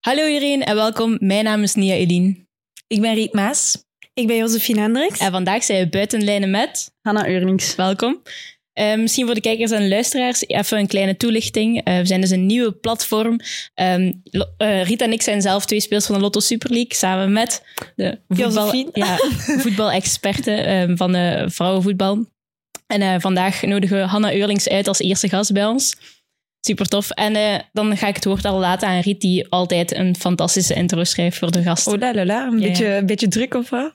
Hallo iedereen en welkom. Mijn naam is Nia Elien. Ik ben Riet Maas. Ik ben Josephine Hendricks. En vandaag zijn we buitenlijnen met. Hanna Eurlings. Welkom. Eh, misschien voor de kijkers en luisteraars even een kleine toelichting. Eh, we zijn dus een nieuwe platform. Ehm, Lo- eh, Riet en ik zijn zelf twee speels van de Lotto Super League. Samen met de voetbal, Josephine. ja, voetbalexperten ehm, van de vrouwenvoetbal. En eh, vandaag nodigen we Hanna Eurlings uit als eerste gast bij ons. Super tof. En eh, dan ga ik het woord al laten aan Riet, die altijd een fantastische intro schrijft voor de gast. Oh la la la, een, Ja, beetje, een beetje druk of wat?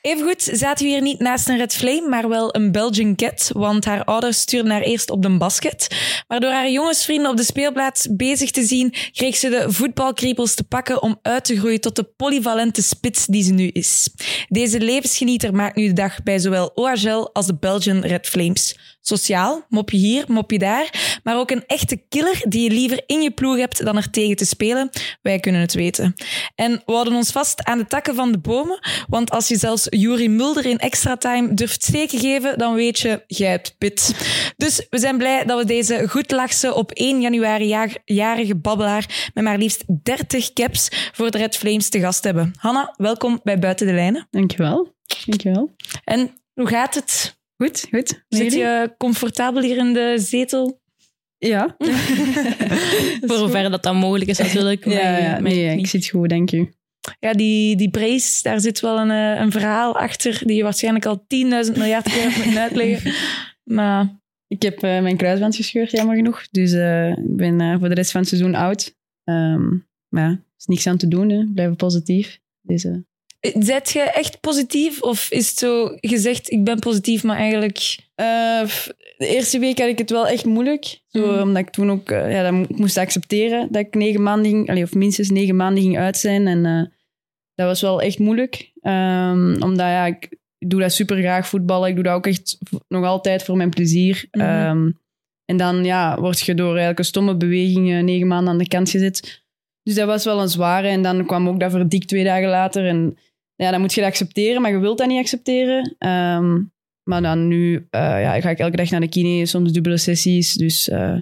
Evengoed zaten we hier niet naast een red flame, maar wel een Belgian cat, want haar ouders stuurden haar eerst op de basket. Maar door haar jongensvrienden op de speelplaats bezig te zien, kreeg ze de voetbalkriepels te pakken om uit te groeien tot de polyvalente spits die ze nu is. Deze levensgenieter maakt nu de dag bij zowel OHL als de Belgian Red Flames. Sociaal, mopje hier, mopje daar, maar ook een echte killer die je liever in je ploeg hebt dan er tegen te spelen. Wij kunnen het weten. En we houden ons vast aan de takken van de bomen, want als je zelfs Juri Mulder in extra time durft steken geven, dan weet je, jij hebt pit. Dus we zijn blij dat we deze goedlachse op 1 januari jaar- jarige babbelaar met maar liefst 30 caps voor de Red Flames te gast hebben. Hanna, welkom bij Buiten de Lijnen. Dankjewel. Dankjewel. En hoe gaat het? Goed, goed. Zit Jullie? je comfortabel hier in de zetel? Ja. Voor hoever dat dan mogelijk is natuurlijk. maar- Ja, ja, maar nee, ik niet. zit goed, dank u. Ja, die, die brace, daar zit wel een, eh, een verhaal achter die je waarschijnlijk al 10.000 miljard keer hebt moeten uitleggen. Maar Ik heb eh, mijn kruisband gescheurd, jammer genoeg. Dus eh, ik ben eh, voor de rest van het seizoen oud. Ehm, maar ja, er is niks aan te doen, hè. blijven positief. Dus, eh, eh, zet je echt positief? Of is het zo gezegd, ik ben positief, maar eigenlijk... Eh, f- de eerste week had ik het wel echt moeilijk. Zo, Mhm. Omdat ik toen ook eh, ja, dat mo- moest accepteren dat ik negen maanden ging, allee, of minstens negen maanden ging uit zijn. En eh, dat was wel echt moeilijk. Ehm, omdat ja, ik doe dat super graag voetballen. Ik doe dat ook echt v- nog altijd voor mijn plezier. Mhm. Ehm, en dan ja, word je door eigenlijk een stomme beweging eh, negen maanden aan de kant gezet. Dus dat was wel een zware. En dan kwam ook dat verdik twee dagen later. En ja, dan moet je dat accepteren, maar je wilt dat niet accepteren. Ehm, maar dan nu eh, ja, ga ik elke dag naar de kine, soms dubbele sessies. Dus eh,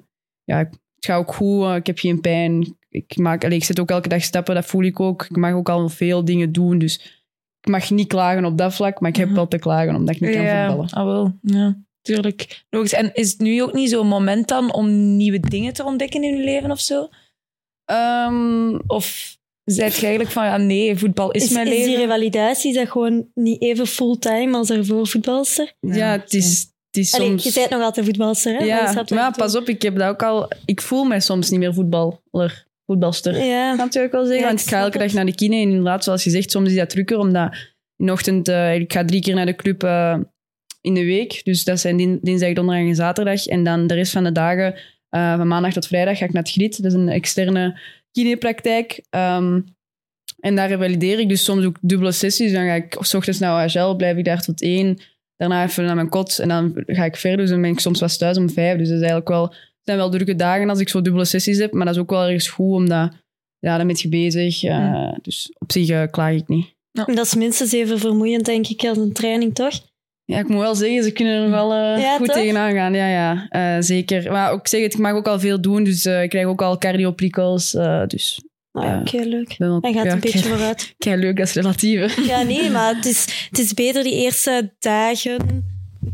ja, ik- het gaat ook goed. eh, ik heb geen pijn. Ik, maak, allee, ik zet ook elke dag stappen, dat voel ik ook. Ik mag ook al veel dingen doen. Dus ik mag niet klagen op dat vlak, maar ik heb Mhm. wel te klagen omdat ik niet kan voetballen. ah wel. Ja, tuurlijk. Logisch. En is het nu ook niet zo'n moment dan om nieuwe dingen te ontdekken in je leven of zo? Ehm, Of zijt je eigenlijk van, ja nee, voetbal is, Is, mijn is leven? die revalidatie is dat gewoon niet even fulltime als daarvoor voetbalster? ja, het is, het is Allee, soms... je bent nog altijd voetbalster, hè? Maar je ja, snapt wat maar ik bedoel. pas op, ik heb dat ook al... Ik voel mij soms niet meer voetballer, voetbalster. Ja, Dat natuurlijk wel zeggen, Ja, want ik ik ga snap elke het. dag naar de kine. En inderdaad, zoals je zegt, soms is dat drukker, omdat in de ochtend... eh, ik ga drie keer naar de club eh, in de week. Dus dat zijn din- dinsdag, donderdag en zaterdag. En dan de rest van de dagen, eh, van maandag tot vrijdag, ga ik naar het Grit. Dat is een externe kinepraktijk. Ehm, en daar revalideer ik dus soms ook dubbele sessies. Dan ga ik s ochtends naar OHL, blijf ik daar tot één. Daarna even naar mijn kot en dan ga ik verder. Dus dan ben ik soms was thuis om vijf. Dus dat is eigenlijk wel, het zijn wel drukke dagen als ik zo dubbele sessies heb. Maar dat is ook wel ergens goed, omdat ja, dan ben je bezig. eh, Hm. Dus op zich eh, klaag ik niet. dat is minstens even vermoeiend, denk ik, als een training, toch? Ja, ik moet wel zeggen, ze kunnen er nog wel eh, Ja, goed toch? tegenaan gaan. Ja, ja eh, zeker. Maar ook, ik zeg het, ik mag ook al veel doen. Dus eh, ik krijg ook al cardioprikkels. eh dus Ah, ja, Ja. Oké, leuk. ik ben wel- Hij gaat ja, een beetje kei- vooruit. kei leuk, dat is relatief. hè. Ja, nee, maar het is, het is beter die eerste dagen,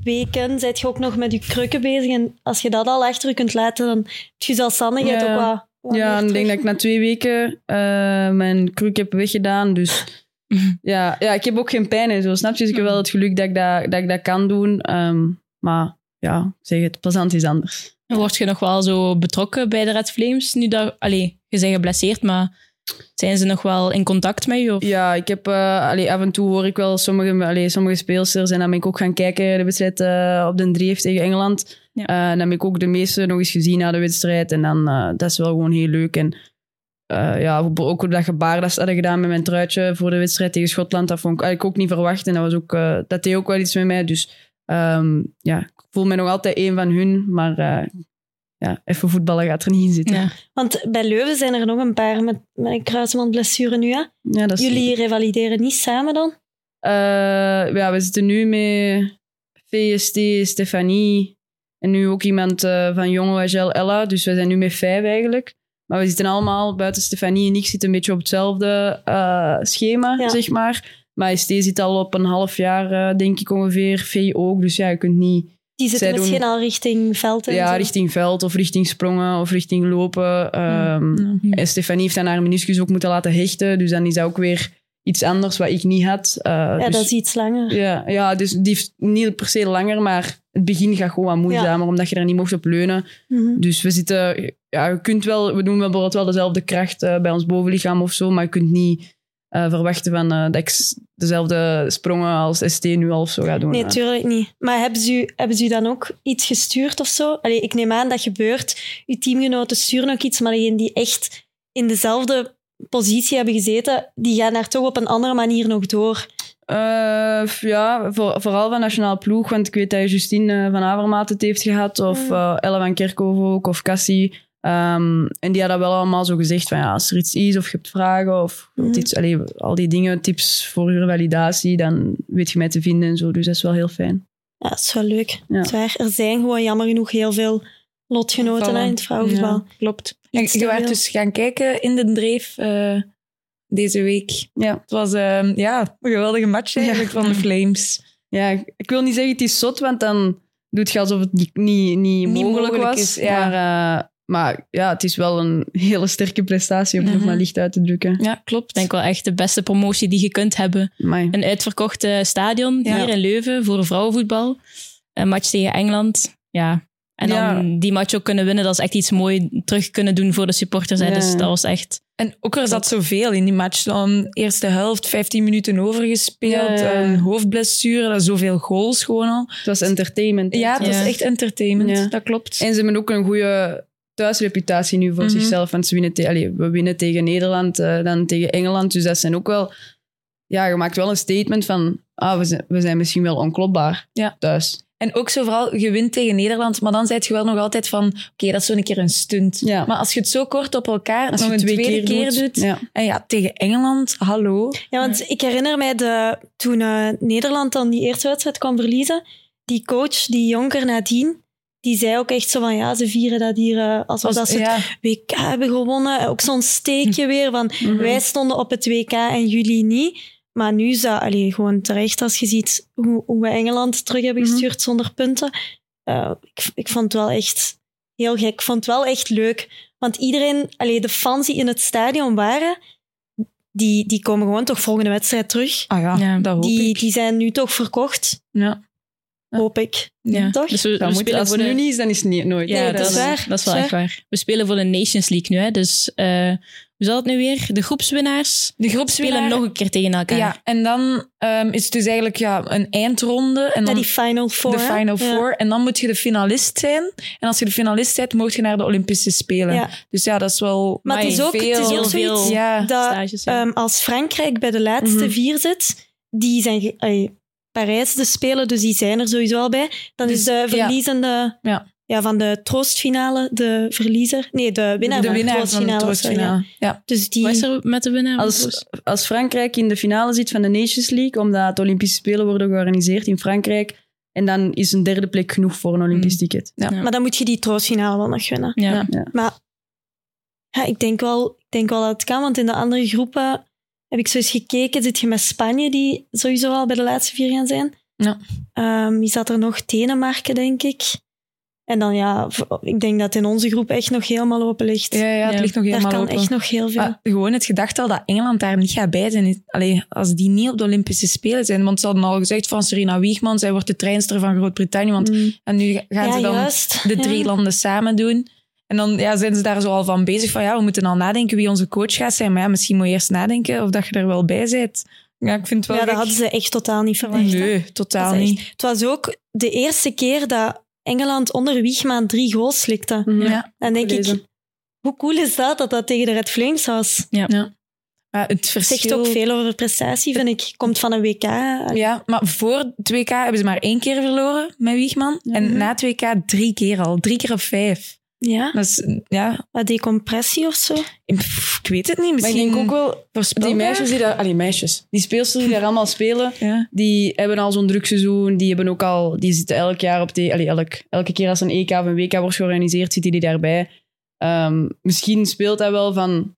weken, zit je ook nog met je krukken bezig. En als je dat al achter je kunt laten, dan heb je zelfstandigheid Ja. ook wat, wat meer Ja, en ik terug. denk dat ik na twee weken eh, mijn kruk heb weggedaan. Dus ja, ja, ik heb ook geen pijn en zo. Snap je? Dus ik heb wel het geluk dat ik dat, dat, ik dat kan doen. Ehm, maar ja, ik zeg het, plezant is anders. Word je nog wel zo betrokken bij de Red Flames? Nu dat, allee, je bent geblesseerd, maar zijn ze nog wel in contact met je? Of? Ja, ik heb eh, allee, af en toe hoor ik wel sommige, allee, sommige speelsters. En dan ben ik ook gaan kijken de wedstrijd eh, op den Dreef tegen Engeland. Ja. Eh, en dan heb ik ook de meeste nog eens gezien na de wedstrijd. En dan, eh, dat is wel gewoon heel leuk. En eh, ja, ook- ook hoe dat gebaar dat ze hadden gedaan met mijn truitje voor de wedstrijd tegen Schotland. Dat vond ik eigenlijk ook niet verwacht. En dat, was ook, eh, dat deed ook wel iets met mij. Dus ehm, ja, ik voel me nog altijd één van hun. Maar eh, ja, even voetballen gaat er niet in zitten. Ja. Want bij Leuven zijn er nog een paar met, met een kruisbandblessure nu, hè? Ja, dat is Jullie revalideren niet samen dan? Eh, ja, we zitten nu met VST, Stefanie, En nu ook iemand eh, van Jong OHL Ella. Dus we zijn nu met vijf eigenlijk. Maar we zitten allemaal, buiten Stefanie en ik, zitten een beetje op hetzelfde eh, schema, Ja. zeg maar. Maar Estee zit al op een half jaar, eh, denk ik ongeveer. Vee ook. Dus ja, je kunt niet Die zitten Zij doen- misschien al richting veld en ja, zo. richting veld of richting sprongen of richting lopen. Ehm, Mm. En Stefanie heeft dan haar meniscus ook moeten laten hechten. Dus dan is dat ook weer iets anders wat ik niet had. Eh, Ja, dus, dat is iets langer. ja, ja, dus die heeft niet per se langer, maar het begin gaat gewoon wat moeizamer, omdat je er niet mocht op leunen. Mhm. Dus we zitten... Ja, je kunt wel... We doen bijvoorbeeld wel dezelfde kracht eh, bij ons bovenlichaam of zo, maar je kunt niet eh, verwachten van, eh, dat ik s- dezelfde sprongen als ST nu al of zo ga doen. Nee, Eh, tuurlijk niet. Maar hebben ze, u, hebben ze u dan ook iets gestuurd of zo? Allee, ik neem aan dat gebeurt. Uw teamgenoten sturen ook iets, maar degenen die echt in dezelfde positie hebben gezeten, die gaan daar toch op een andere manier nog door. Eh, f- ja, voor, vooral van nationaal ploeg. Want ik weet dat Justine eh, van Avermaat het heeft gehad. Of Mm. eh, Ella van Kerkhoven ook. Of Cassie. Ehm, en die hadden wel allemaal zo gezegd. Van, ja, als er iets is of je hebt vragen. Of je wilt Mm. iets, allee, al die dingen. Tips voor je validatie. Dan weet je mij te vinden en zo. Dus dat is wel heel fijn. Ja, dat is wel leuk. Ja. Dat is waar. Er zijn gewoon jammer genoeg heel veel lotgenoten hè, in het vrouwenvoetbal. Ja, klopt. Iets En te je werd veel. dus gaan kijken in de dreef eh, deze week. Ja. Het was eh, ja, een geweldige match eigenlijk van de Flames. Ja, ik- ik wil niet zeggen het is zot, want dan doet je alsof het niet, niet, niet mogelijk, mogelijk was. is, ja. Maar, eh, maar ja, het is wel een hele sterke prestatie om het nog Mhm. maar licht uit te drukken. Ja, klopt. denk wel echt de beste promotie die je kunt hebben. Amai. Een uitverkocht eh, stadion Ja. hier in Leuven voor vrouwenvoetbal. Een match tegen Engeland. Ja. En dan Ja. die match ook kunnen winnen, dat is echt iets moois terug kunnen doen voor de supporters. hè. Ja. Dus dat was echt... En ook er zat zoveel in die match. Dan eerste helft, 15 minuten overgespeeld, Ja, ja, ja. een hoofdblessure, dat is zoveel goals gewoon al. Het was entertainment. hè. Ja, het was Ja. echt entertainment, Ja. dat klopt. En ze hebben ook een goede thuisreputatie nu voor Mhm. zichzelf. Want ze winnen te- allee, we winnen tegen Nederland, eh, dan tegen Engeland. Dus dat zijn ook wel... Ja, je maakt wel een statement van... Ah, we zijn, we zijn misschien wel onklopbaar Ja. thuis. En ook zo vooral, je wint tegen Nederland, maar dan zei je wel nog altijd van, oké, dat is zo'n keer een stunt. Ja. Maar als je het zo kort op elkaar Als nog je een twee tweede keer keer doet, doet, ja. en ja, tegen Engeland, hallo. Ja, want ik herinner mij de, toen eh, Nederland dan die eerste wedstrijd kwam verliezen, die coach, die jonker nadien, die zei ook echt zo van ja, ze vieren dat hier eh, alsof dat ze ja. het WK hebben gewonnen. En Ook zo'n steekje weer van Mhm. wij stonden op het WK en jullie niet. Maar nu is dat allee, gewoon terecht als je ziet hoe, hoe we Engeland terug hebben Mhm. gestuurd zonder punten. Eh, ik, ik vond het wel echt heel gek. Ik vond het wel echt leuk. Want iedereen, allee, de fans die in het stadion waren, die, die komen gewoon toch volgende wedstrijd terug. Ah ja, Ja. dat hoop Die, ik. die zijn nu toch verkocht, Ja. Ja. hoop ik. Ja. Toch? Dus we, we Dat moet, spelen als voor het de... nu niet is, dan is het niet, nooit. Ja, Nee, dat, is waar. Dat is wel echt waar. We spelen voor de Nations League nu. Hè. Dus eh, hoe zal het nu weer? De groepswinnaars De spelen groepswinnaar... nog een keer tegen elkaar. Ja, en dan ehm, is het dus eigenlijk ja, een eindronde. En Ja, dan die Final Four. de hè? Final Ja. Four. En dan moet je de finalist zijn. En als je de finalist bent, mocht je naar de Olympische Spelen. Ja. Dus ja, dat is wel... Maar het is ook, het is Heel ook zoiets veel ja. dat Stages, ja. Ehm, als Frankrijk bij de laatste Mhm. vier zit, die zijn ge- ai, Parijs de spelen, dus die zijn er sowieso al bij. Dan Dus, is de ja. verliezende Ja. Ja, van de troostfinale, de verliezer. Nee, de winnaar, de van, de winnaar van de troostfinale, sorry, troostfinale. Ja. ja. Dus die, Wat is er met de winnaar? Als, als Frankrijk in de finale zit van de Nations League, omdat de Olympische Spelen worden georganiseerd in Frankrijk, en dan is een derde plek genoeg voor een Olympisch Mhm. ticket. maar dan moet je die troostfinale wel nog winnen. ja. ja. Ja, ik denk wel, ik denk wel dat het kan, want in de andere groepen heb ik zo eens gekeken. Zit je met Spanje, die sowieso al bij de laatste vier gaan zijn? Ja. Ehm, wie zat er nog? Denemarken, denk ik. En dan ja, v- ik denk dat in onze groep echt nog helemaal open ligt. Ja, ja, het Ja. ligt nog Daar helemaal kan open. Ah, echt nog heel veel. Maar gewoon het gedacht al dat Engeland daar niet gaat bij zijn. is- Allee, als die niet op de Olympische Spelen zijn. Want ze hadden al gezegd van Serena Wiegman, zij wordt de treinster van Groot-Brittannië. Want Mm. en nu gaan ja, ze dan juist. de drie Ja. landen samen doen. En dan ja, zijn ze daar zo al van bezig van ja, we moeten al nadenken wie onze coach gaat zijn. Maar ja, misschien moet je eerst nadenken of dat je er wel bij bent. Ja, ik vind het wel Ja, dat gek. hadden ze echt totaal niet verwacht. hè. Nee, totaal Dat is echt- niet. Het was ook de eerste keer dat Engeland onder Wiegman drie goals slikte. Ja. Dan denk ik, Gelezen. hoe cool is dat dat dat tegen de Red Flames was? Maar het Zegt verschil... ook veel over de prestatie, vind ik. Komt van een WK. hè. Ja, maar voor 2K hebben ze maar één keer verloren met Wiegman. En na 2K drie keer al. Drie keer op vijf. Ja, Dat is, ja, wat decompressie of zo. pff, ik weet het niet. Maar ik Misschien denk ook wel, die meisjes die daar... Allee, meisjes. Die speelsters die daar allemaal spelen, Ja. die hebben al zo'n druk seizoen. Die, hebben ook al, die zitten elk jaar op de... Allee, elk, elke keer als een EK of een WK wordt georganiseerd, zitten die daarbij. Ehm, misschien speelt dat wel van...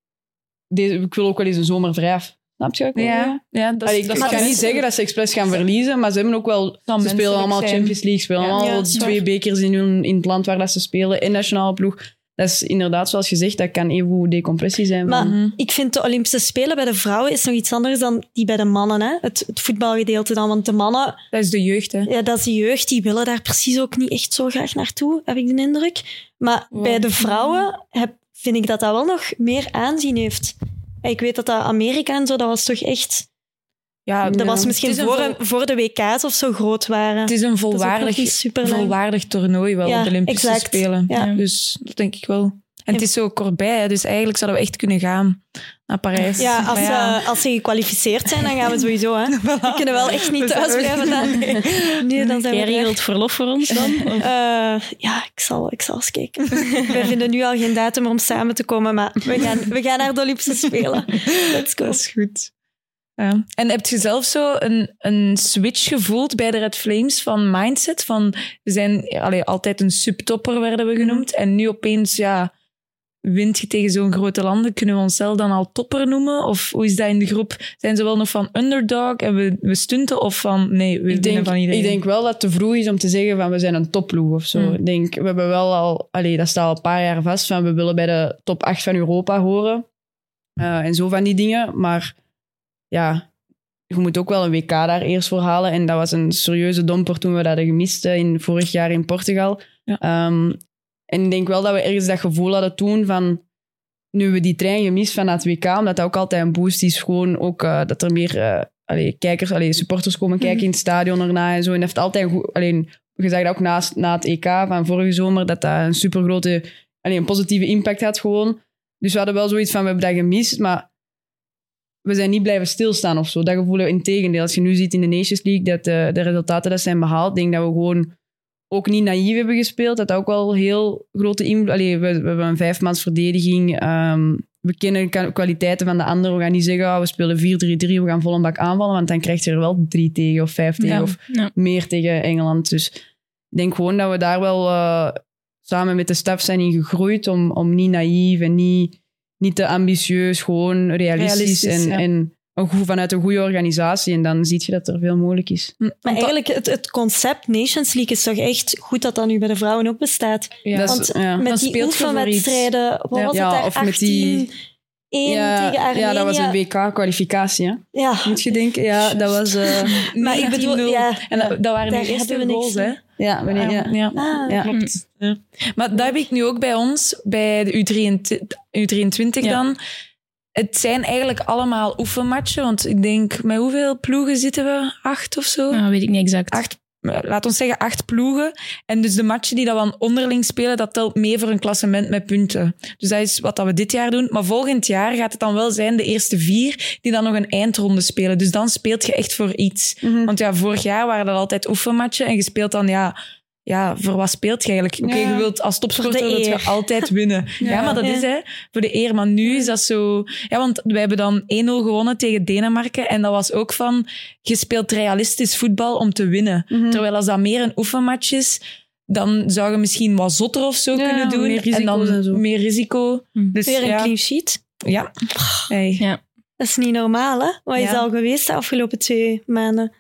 Deze, ik wil ook wel eens een zomer vrij af. Snap je? wat ik wil zeggen? Ja, ja, dat is, Allee, ik dat is ik ga mensen- niet zeggen dat ze expres gaan verliezen, maar ze hebben ook wel... Dan Ze spelen menselijk allemaal zijn. Champions League, spelen Ja. allemaal Ja, wel dat is twee waar. bekers in, hun, in het land waar dat ze spelen en nationale ploeg. Dat is inderdaad, zoals gezegd, dat kan evengoed decompressie zijn. Maar van, Mhm. ik vind de Olympische Spelen bij de vrouwen is nog iets anders dan die bij de mannen. Hè? Het, het voetbalgedeelte dan. Want de mannen, Dat is de jeugd, hè. ja, dat is de jeugd, die willen daar precies ook niet echt zo graag naartoe, heb ik de indruk. Maar Ja. bij de vrouwen heb, vind ik dat dat wel nog meer aanzien heeft. Ik weet dat dat Amerika en zo, dat was toch echt... Ja, Dat Ja. was Het misschien is een voor, vol- een- voor de WK's of zo groot waren. het is een Dat is ook nog volwaardig, niet superlang. volwaardig toernooi wel, Ja, op de Olympische exact. Spelen. Ja. Ja. Dus dat denk ik wel. En het is zo kort bij, hè, dus eigenlijk zouden we echt kunnen gaan naar Parijs. Ja, als, Maar Ze, als ze gekwalificeerd zijn, dan gaan we sowieso. Hè. We kunnen wel echt niet We zijn thuis blijven. Dan. Nee, dan zijn we Jij er. regelt verlof voor ons dan? Of- Eh, ja, ik zal, ik zal eens kijken. Wij vinden nu al geen datum om samen te komen, maar we gaan, we gaan naar de Olympische Spelen. Let's go. Dat is goed. Ja. En heb je zelf zo een, een switch gevoeld bij de Red Flames van mindset? Van, we zijn ja, allee, altijd een subtopper, werden Mhm. we genoemd. En nu opeens, ja, wint je tegen zo'n grote landen. Kunnen we onszelf dan al topper noemen? Of hoe is dat in de groep? Zijn ze wel nog van underdog en we, we stunten? Of van, nee, we ik, winnen denk, van iedereen? ik denk wel dat het te vroeg is om te zeggen van we zijn een topploeg of zo. Mm. Ik denk, we hebben wel al, allee, dat staat al een paar jaar vast, van we willen bij de top 8 van Europa horen. Eh, en zo van die dingen. Maar ja, je moet ook wel een WK daar eerst voor halen. En dat was een serieuze domper toen we dat hadden gemist eh, in, vorig jaar in Portugal. Ja. Ehm, en ik denk wel dat we ergens dat gevoel hadden toen van... Nu we die trein gemist van het WK, omdat dat ook altijd een boost is. Gewoon ook eh, dat er meer eh, allee, kijkers, allee, supporters komen kijken in het stadion erna en zo. En dat heeft altijd goed... Alleen, je zag dat ook naast, na het EK van vorige zomer, dat dat een supergrote... Allee, een positieve impact had gewoon. Dus we hadden wel zoiets van, we hebben dat gemist, maar we zijn niet blijven stilstaan of zo. Dat gevoel hebben we in tegendeel. Als je nu ziet in de Nations League dat eh, de resultaten dat zijn behaald, denk dat we gewoon ook niet naïef hebben gespeeld. Dat dat ook wel heel grote invloed... Allee, we, we hebben een vijfmans verdediging. ehm, we kennen de kwa- kwaliteiten van de anderen. We gaan niet zeggen, ah, we spelen 4-3-3, we gaan vol een bak aanvallen. Want dan krijg je er wel drie tegen of vijf tegen Ja. of Ja. meer tegen Engeland. Dus ik denk gewoon dat we daar wel eh, samen met de staf zijn in gegroeid. Om, om niet naïef en niet, niet te ambitieus, gewoon realistisch. Realistisch, en, ja. en een goe- vanuit een goede organisatie. En dan zie je dat er veel mogelijk is. Mm, Maar Want dat- eigenlijk, het, het concept Nations League is toch echt goed dat dat nu bij de vrouwen ook bestaat. Ja. Dat is- Want ja. Met Dan die speelt je voor iets. oefenwedstrijden, wat Ja. was Ja, het daar? of met die- 1 ja, tegen Armenië. ja, Oh, dat was een WK-kwalificatie. hè? Ja, Moet je denken, ja, dat was... eh, maar ik bedoel, 19-0. ja. En dat, dat waren Daar de eerste hebben we niks goals, hè? ja, wanneer, ja. ja. Ah, Ja. Klopt. Ja. Maar dat heb ik nu ook bij ons, bij de U23, U23 Ja. dan. Het zijn eigenlijk allemaal oefenmatchen, want ik denk, met hoeveel ploegen zitten we? Acht of zo? Ah, weet ik niet exact. Acht, laat ons zeggen acht ploegen. En dus de matchen die dat we aan onderling spelen, dat telt mee voor een klassement met punten. Dus dat is wat dat we dit jaar doen. Maar volgend jaar gaat het dan wel zijn de eerste vier die dan nog een eindronde spelen. Dus dan speelt je echt voor iets. Mhm. Want ja, vorig jaar waren dat altijd oefenmatchen en je speelt dan, ja, ja voor wat speelt je eigenlijk? Oké, Ja. je wilt als topsporter Voor de wilt je eer. altijd winnen. ja. maar dat Ja. is hè, voor de eer. Maar nu is dat zo... Ja, want wij hebben dan 1-0 gewonnen tegen Denemarken en dat was ook van, je speelt realistisch voetbal om te winnen. Mhm. Terwijl als dat meer een oefenmatch is, dan zou je misschien wat zotter of zo Ja, kunnen doen. meer en dan risico's en zo. Mm. meer risico. Hm. Dus Weer een ja, clean sheet. ja. Hey. Dat is niet normaal, hè? Wat is Ja. dat al geweest de afgelopen twee maanden?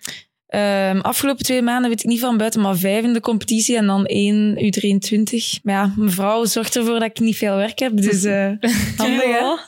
Ehm, afgelopen twee maanden weet ik niet van buiten, maar vijf in de competitie en dan één U23. Maar ja, mevrouw zorgt ervoor dat ik niet veel werk heb, dus eh handig hè? Ja.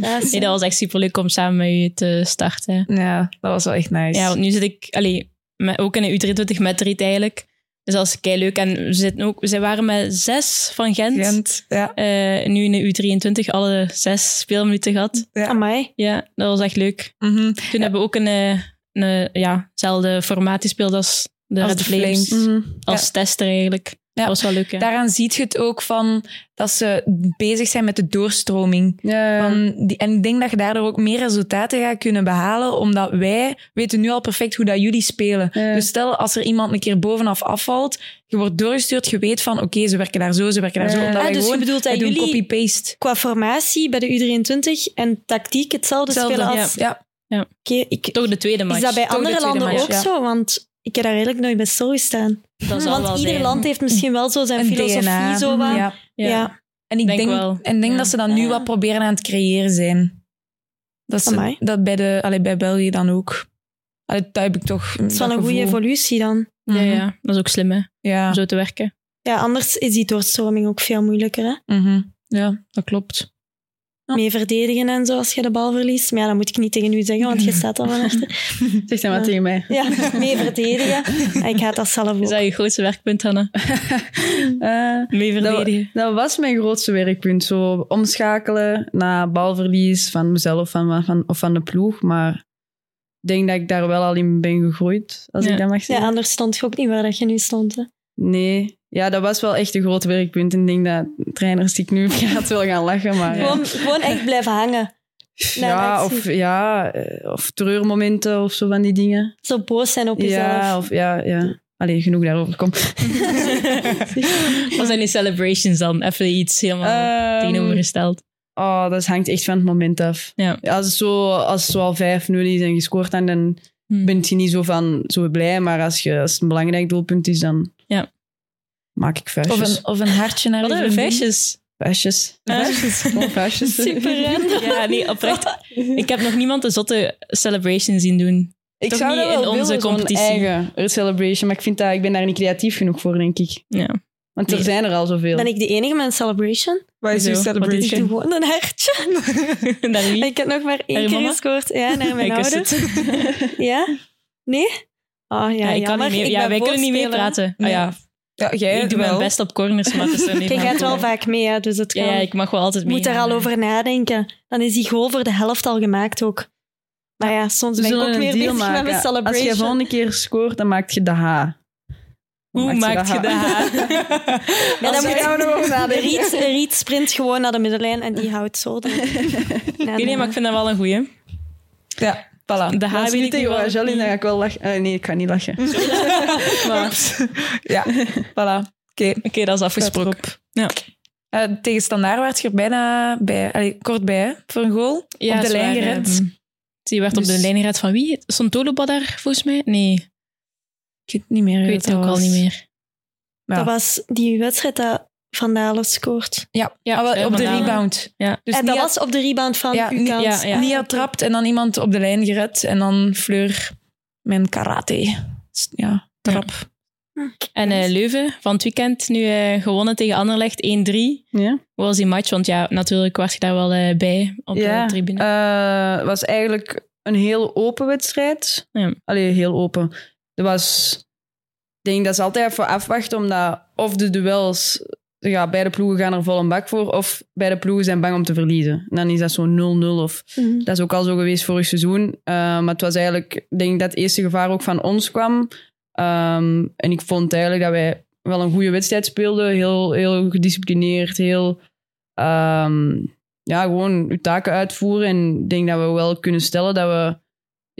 Ja, Nee, dat was echt superleuk om samen met u te starten. Ja, dat was wel echt nice. Ja, want nu zit ik allee, met, ook in de U23 met Riet eigenlijk. Dus dat is kei leuk. En we zitten ook, zij waren met zes van Gent. Gent, ja. Eh, nu in de U23 alle zes speelminuten gehad. Amai. Ja, dat was echt leuk. Mhm. Toen hebben we ook een, eh, een ja, hetzelfde formaat gespeeld als de Als Red de Flames. Flames. Mhm. Als tester eigenlijk. Dat was wel leuk, hè? Daaraan ziet je het ook van dat ze bezig zijn met de doorstroming. Ja, ja. Van Ehm, die, en ik denk dat je daardoor ook meer resultaten gaat kunnen behalen, omdat wij weten nu al perfect hoe dat jullie spelen. Ja. Dus stel, als er iemand een keer bovenaf afvalt, je wordt doorgestuurd, je weet van, oké, ze werken daar zo, ze werken daar Ja. zo, omdat Ah, wij dus je gewoon, bedoelt dat wij doen jullie copy-paste. qua formatie bij de U23 en tactiek hetzelfde, Hetzelfde, spelen als... ja. Ja. Oké, ik, Toch de tweede match. is dat bij Toch de andere tweede landen match, ook ja. zo? Want ik heb daar eigenlijk nooit bij stilgestaan. Dat zal wel Want ieder zijn. land heeft misschien wel zo zijn Een filosofie. DNA. Zo wat. Ja. Ja. Ja. En ik Denk denk, wel. en denk Ja. dat ze dat nu Ja. wat proberen aan het creëren zijn. Dat, ze, Amai. dat bij, de, allee, bij België dan ook. Allee, dat heb ik toch. Dat is wel een goede evolutie dan. Ja, ja, dat is ook slim, hè? Ja. Om zo te werken. Mhm. Ja, anders is die doorstroming ook veel moeilijker. Hè? Mhm. ja, dat klopt. Ja. Mee verdedigen en zo als je de bal verliest. Maar ja, dat moet ik niet tegen u zeggen, want je staat al van achter. Zeg dan wat Ja. tegen mij. Ja, mee verdedigen. Ik haat dat zelf Is ook. dat je grootste werkpunt, Hanna? Mm. Eh, Mee verdedigen. Dat was mijn grootste werkpunt. Zo omschakelen naar balverlies van mezelf of van, van, of van de ploeg. Maar ik denk dat ik daar wel al in ben gegroeid, als Ja. ik dat mag Ja, zeggen. anders stond je ook niet waar dat je nu stond. Hè? Nee. Ja, dat was wel echt een groot werkpunt. En ik denk dat trainers die ik nu gaat wel gaan lachen. Maar, ja, Gewoon, gewoon echt blijven hangen. na een ja, actie. of, ja, eh, of treurmomenten of zo van die dingen. Zo boos zijn op jezelf. Ja, of, ja, ja. Allee, genoeg daarover. Kom. Wat zijn die celebrations dan? Even iets helemaal Ehm, tegenovergesteld. Oh, dat hangt echt van het moment af. Ja. Als het zo, als het zo al 5-0 is en gescoord dan, dan Hm. ben je niet zo van zo blij. Maar als, je, als het een belangrijk doelpunt is, dan Ja. maak ik vuistjes. Of een, of een hartje naar Wat de hebben we? Feestjes? Vuistjes. Gewoon vuistjes. Super random. Ja, nee, oprecht. Ik heb nog niemand een zotte celebration zien doen. Ik Toch zou niet dat wel in onze willen, zo'n competitie. eigen celebration. Maar ik, vind dat, ik ben daar niet creatief genoeg voor, denk ik. Ja. Want er Nee. zijn er al zoveel. Ben ik de enige met een celebration? Waar is uw celebration? Ik doe gewoon een hertje. Naar wie? Ik heb nog maar Naar één je keer mama? gescoord. Ja, naar mijn Ik wist ouders. het. Ja? Nee? Oh, Ja, ja, ik kan jammer. niet meer. Ik Ja, ben wij kunnen niet meer voorspeler, praten. hè. Ah, ja. Ja, jij Ik doe wel. mijn best op corners, maar het is er niet Jij van gaat wel gekomen. vaak mee, hè, dus het kan. Ja, ja, ik mag wel altijd Je mee. moet daar al over nadenken. Dan is die goal voor de helft al gemaakt ook. Maar ja, soms We ben ik zullen ook een meer deal bezig maken. met mijn Als je celebration. volgende keer scoort, dan maak je de H. Dan Hoe maakt je dat? ja, dan Als moet wij- gaan we nog over nadenken. Riet, Riet sprint gewoon naar de middenlijn en die houdt zo. de- Ja, Nee, nee, maar ik vind dat wel een goeie. Ja, voilà. De H Als weet je ik niet tegen wel. Orangel in, dan ga ik wel lachen. Eh, nee, ik ga niet lachen. Ja, voilà. Oké. Oké, dat is afgesproken. Ja. Eh, tegen Standaard werd je er bijna bij, allee, kort bij hè, voor een goal. Ja, op de zwaar, lijn hè. gered. Mm. Die werd op Dus- de lijn gered van wie? Santoloba daar, volgens mij? Nee, ik Ik weet niet meer. weet het ook al niet meer. Ja. Dat was die wedstrijd dat Van Dalen scoort. Ja, Ja, Ah, wel, ja, op de vandaan. rebound. Ja. Dus en dat Nia- was op de rebound van Ja, uw niet- kant. ja, ja. Nia trapt en dan iemand op de lijn gered. En dan Fleur mijn karate. S- Ja, trap. Ah, En eh, Leuven, van het weekend nu eh, gewonnen tegen Anderlecht 1-3. Ja. Hoe was die match? Want ja, natuurlijk was je daar wel eh, bij op Ja, de tribune. Eh, Het was eigenlijk een heel open wedstrijd. Ja. Allee, heel open. Er was... Ik denk dat ze altijd even afwachten, omdat of de duels... Ja, beide ploegen gaan er vol een bak voor, of beide ploegen zijn bang om te verliezen. En dan is dat zo'n 0-0 of Mhm. Dat is ook al zo geweest vorig seizoen. Eh, maar het was eigenlijk, ik denk dat het eerste gevaar ook van ons kwam. Ehm, en ik vond eigenlijk dat wij wel een goede wedstrijd speelden. Heel, heel gedisciplineerd, heel... ehm, ja, gewoon uw taken uitvoeren. En ik denk dat we wel kunnen stellen dat we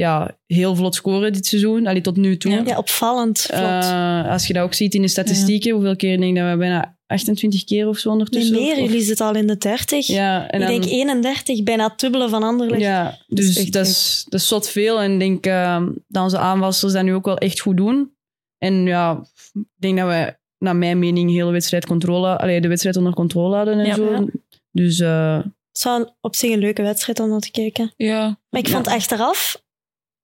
ja, heel vlot scoren dit seizoen. Allee, tot nu toe. Ja. Ja, opvallend. Vlot. Eh, als je dat ook ziet in de statistieken, hoeveel keer ik denk dat we bijna 28 keer of zo nee, dus ondertussen... meer. of- of- Jullie zitten al in de 30. ja, en ik dan- denk 31, bijna het dubbele van Anderlecht. Ja, Dat is dus echt dat is, dat is zot veel. En ik denk ehm, dat onze aanvassers dat nu ook wel echt goed doen. En ja, ik denk dat we, naar mijn mening, heel de wedstrijd, controle, allee, de wedstrijd onder controle hadden en Ja. zo. Ja. Dus eh, Het zou een- op zich een leuke wedstrijd om naar te kijken. Ja. Maar ik Ja. vond achteraf,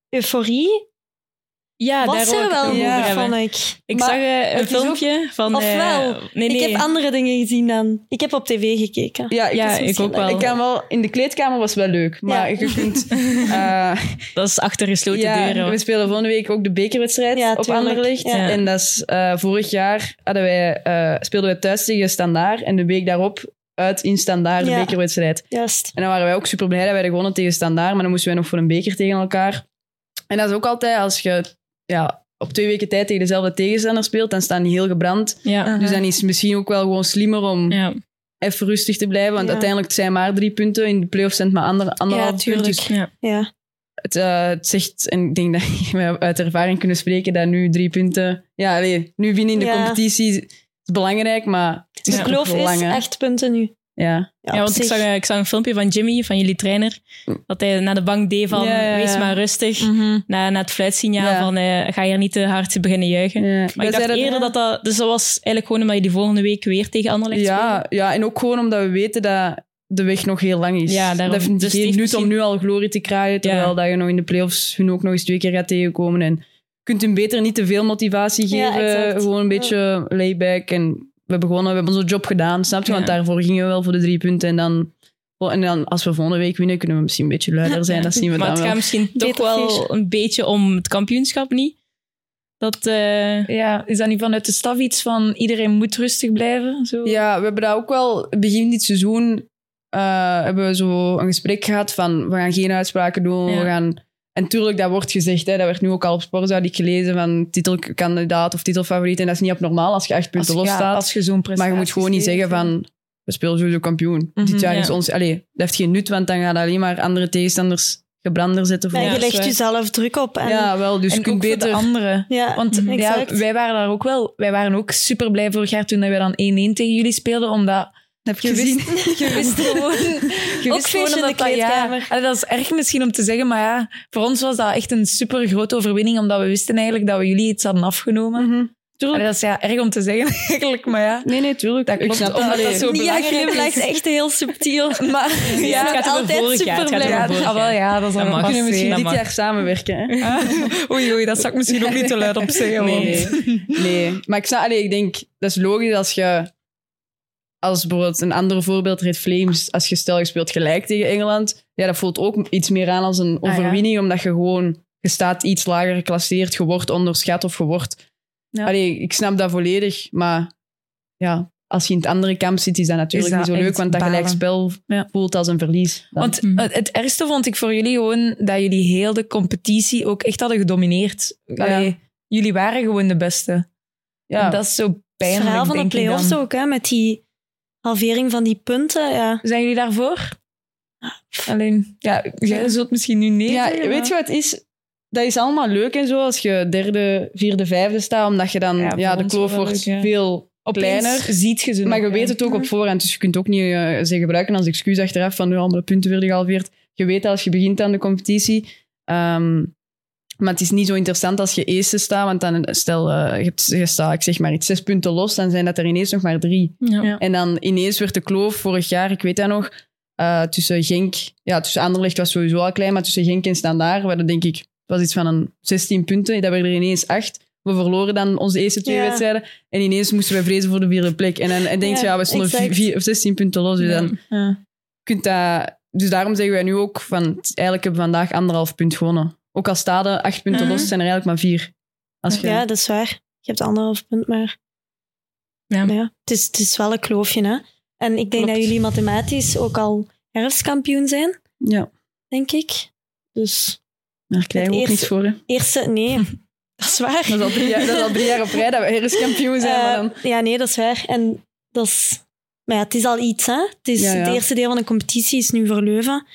euforie ja, Ah, daar was wil er ik het wel, ook Ja. over hebben. vond ik. Ik Maar zag eh, een het is ook- filmpje van... eh, Ofwel, nee, nee. Ik heb andere dingen gezien dan. Ik heb op tv gekeken. ja, ik, ja, het is ik ook misschien- wel. ik kan wel... In de kleedkamer was wel leuk, maar Ja. je kunt... eh, Dat is achter gesloten ja, deuren. we hoor. spelen volgende week ook de bekerwedstrijd Ja, op tuurlijk. Anderlecht. Ja. En dat is, eh, vorig jaar hadden wij, eh, speelden we thuis tegen Standaard en de week daarop uit in Standaard de Ja. bekerwedstrijd. Juist. En dan waren wij ook super blij dat wij er gewonnen tegen Standaard. Maar dan moesten wij nog voor een beker tegen elkaar. En dat is ook altijd als je ja, op twee weken tijd tegen dezelfde tegenstander speelt, dan staan die heel gebrand. Ja. Dus dan is het misschien ook wel gewoon slimmer om Ja. even rustig te blijven. Want Ja. uiteindelijk het zijn maar drie punten. In de playoffs zijn het maar ander, anderhalf punt. tuurlijk. Dus Ja. Ja. het, eh, het zegt, en ik denk dat we uit ervaring kunnen spreken, dat nu drie punten... Ja, allee, nu winnen in de Ja. competitie is belangrijk, maar het is Ja. De ook kloof nog lang, is hè. acht punten nu. Ja. Ja, Ja, op want ik zich. zag, eh, ik zag een filmpje van Jimmy, van jullie trainer, dat hij naar de bank deed van Ja, ja, ja. wees maar rustig. Mm. Mhm. Na, na het fluitsignaal Ja. van eh, ga hier niet te hard beginnen juichen. Ja. Maar ik Dat dacht zij dat- eerder dat dat... Dus dat was eigenlijk gewoon omdat jullie volgende week weer tegen Anderlecht Ja, ja, en ook gewoon omdat we weten dat de weg nog heel lang is. Ja, daarom. dat heeft Dus die geen heeft nut misschien- om nu al glorie te kraaien, terwijl Ja. dat je nog in de playoffs hun ook nog eens twee keer gaat tegenkomen. En je kunt hun beter niet te veel motivatie Ja, geven. exact. gewoon een Ja. beetje layback. En we hebben gewoon we hebben onze job gedaan, snap je? Ja. Want daarvoor gingen we wel voor de drie punten. En dan, en dan als we volgende week winnen, kunnen we misschien een beetje luider zijn. Dat zien we Maar dan het gaat wel. misschien toch Beter wel feest. een beetje om het kampioenschap, niet? Dat... eh, Ja, is dat niet vanuit de staf iets van iedereen moet rustig blijven? Zo? Ja, we hebben daar ook wel begin dit seizoen eh, hebben we zo een gesprek gehad van we gaan geen uitspraken doen, Ja. we gaan... En tuurlijk, dat wordt gezegd, hè, dat werd nu ook al op Sporza had ik gelezen van titelkandidaat of titelfavoriet. En dat is niet abnormaal als je acht als, punten los ja, staat. als je zo'n Maar je prestatie moet gewoon niet zeggen levert, van we spelen sowieso kampioen. Dit jaar ja. is ons... Allee, dat heeft geen nut, want dan gaan alleen maar andere tegenstanders gebrander zetten. Voor Ja, Ja, je ons. legt jezelf druk op. En, ja, ja, wel, dus En je kunt ook voor de beter... anderen. ja, Want Mhm. ja, exact. wij waren daar ook wel. Wij waren ook super blij vorig jaar toen wij dan 1-1 tegen jullie speelden, omdat Heb je je gezien? wist, je wist gewoon, je Ook wist gewoon feestje in omdat de dat, ja, kleedkamer. allee, dat is erg misschien om te zeggen, maar ja, voor ons was dat echt een super grote overwinning, omdat we wisten eigenlijk dat we jullie iets hadden afgenomen. Mhm. Allee, dat is ja erg om te zeggen eigenlijk, maar ja. Nee, nee, tuurlijk. Dat klopt, ik snap omdat dat. dat Allee. zo Nia belangrijk glimlacht is. echt heel subtiel. Maar het ja, gaat over altijd vorig jaar, het gaat over superblij. ja, vorig ah, wel, jaar. ja, dat is Dat allemaal mag. We kunnen Passé, misschien dat dit mag. jaar samenwerken, hè? Oei, oei, dat zou ik misschien ook niet te luid op zeggen. want- Nee, Nee, maar ik, snap, allee, ik denk, dat is logisch als je, als bijvoorbeeld een ander voorbeeld, Red Flames, als je stel je speelt gelijk tegen Engeland, ja, dat voelt ook iets meer aan als een Ah, ja. overwinning, omdat je gewoon, je staat iets lager geclasseerd, je wordt onderschat of je wordt... Ja. Allee, ik snap dat volledig, maar ja, als je in het andere kamp zit, is dat natuurlijk Is dat niet zo leuk, echt want dat balen. gelijkspel Ja. voelt als een verlies. dan. Want eh, Mhm. het, het ergste vond ik voor jullie gewoon dat jullie heel de competitie ook echt hadden gedomineerd. Allee, Jullie waren gewoon de beste. ja. En dat is zo Het pijnlijk, verhaal van de denk ik play-offs dan. ook, hè, met die halvering van die punten. Ja. Zijn jullie daarvoor? Alleen, ja, jij zult misschien nu nee Ja, zeggen, weet je wat het is? Dat is allemaal leuk en zo als je derde, vierde, vijfde staat, omdat je dan Ja, ja, voor de ons kloof wel wordt leuk, ja. veel Opeens kleiner. ziet je ze Maar nog, je weet ja. het ook op voorhand, dus je kunt ook niet eh, ze gebruiken als excuus achteraf van nu andere punten weer gehalveerd. Je weet dat als je begint aan de competitie. ehm, maar het is niet zo interessant als je eerste staat, want dan stel eh, je, hebt, je staat, ik zeg maar iets, zes punten los, dan zijn dat er ineens nog maar drie. ja. Ja. En dan ineens werd de kloof vorig jaar, ik weet dat nog, eh, tussen Genk, ja, tussen Anderlecht was sowieso al klein, maar tussen Genk en Standaard, waar dan denk ik, het was iets van een 16 punten, dat werden er ineens 8. We verloren dan onze eerste twee Ja. wedstrijden en ineens moesten we vrezen voor de vierde plek. En dan en denk je, Ja, ja, we stonden exact. vier, vier of 16 punten los, dus Ja. dan Ja. kunt dat... Dus daarom zeggen wij nu ook van, het is- eigenlijk hebben we vandaag anderhalf punt gewonnen. Ook al staden acht punten Mhm. los, zijn er eigenlijk maar vier. Als je, ja, dat is waar. Je hebt anderhalf punt, maar Ja. maar ja, het, is, het is wel een kloofje. Hè? En ik denk Klopt. dat jullie mathematisch ook al herfstkampioen zijn, ja, denk ik. Dus daar krijgen we ook Het eerste- niets voor. Hè. eerste, nee, dat is waar. Dat is al drie jaar, dat is al drie jaar op rij dat we ergens kampioen zijn. maar Eh, dan... Ja, nee, dat is waar. En dat is... Maar ja, het is al iets, hè. Het, is, Ja, ja. het eerste deel van de competitie is nu voor Leuven.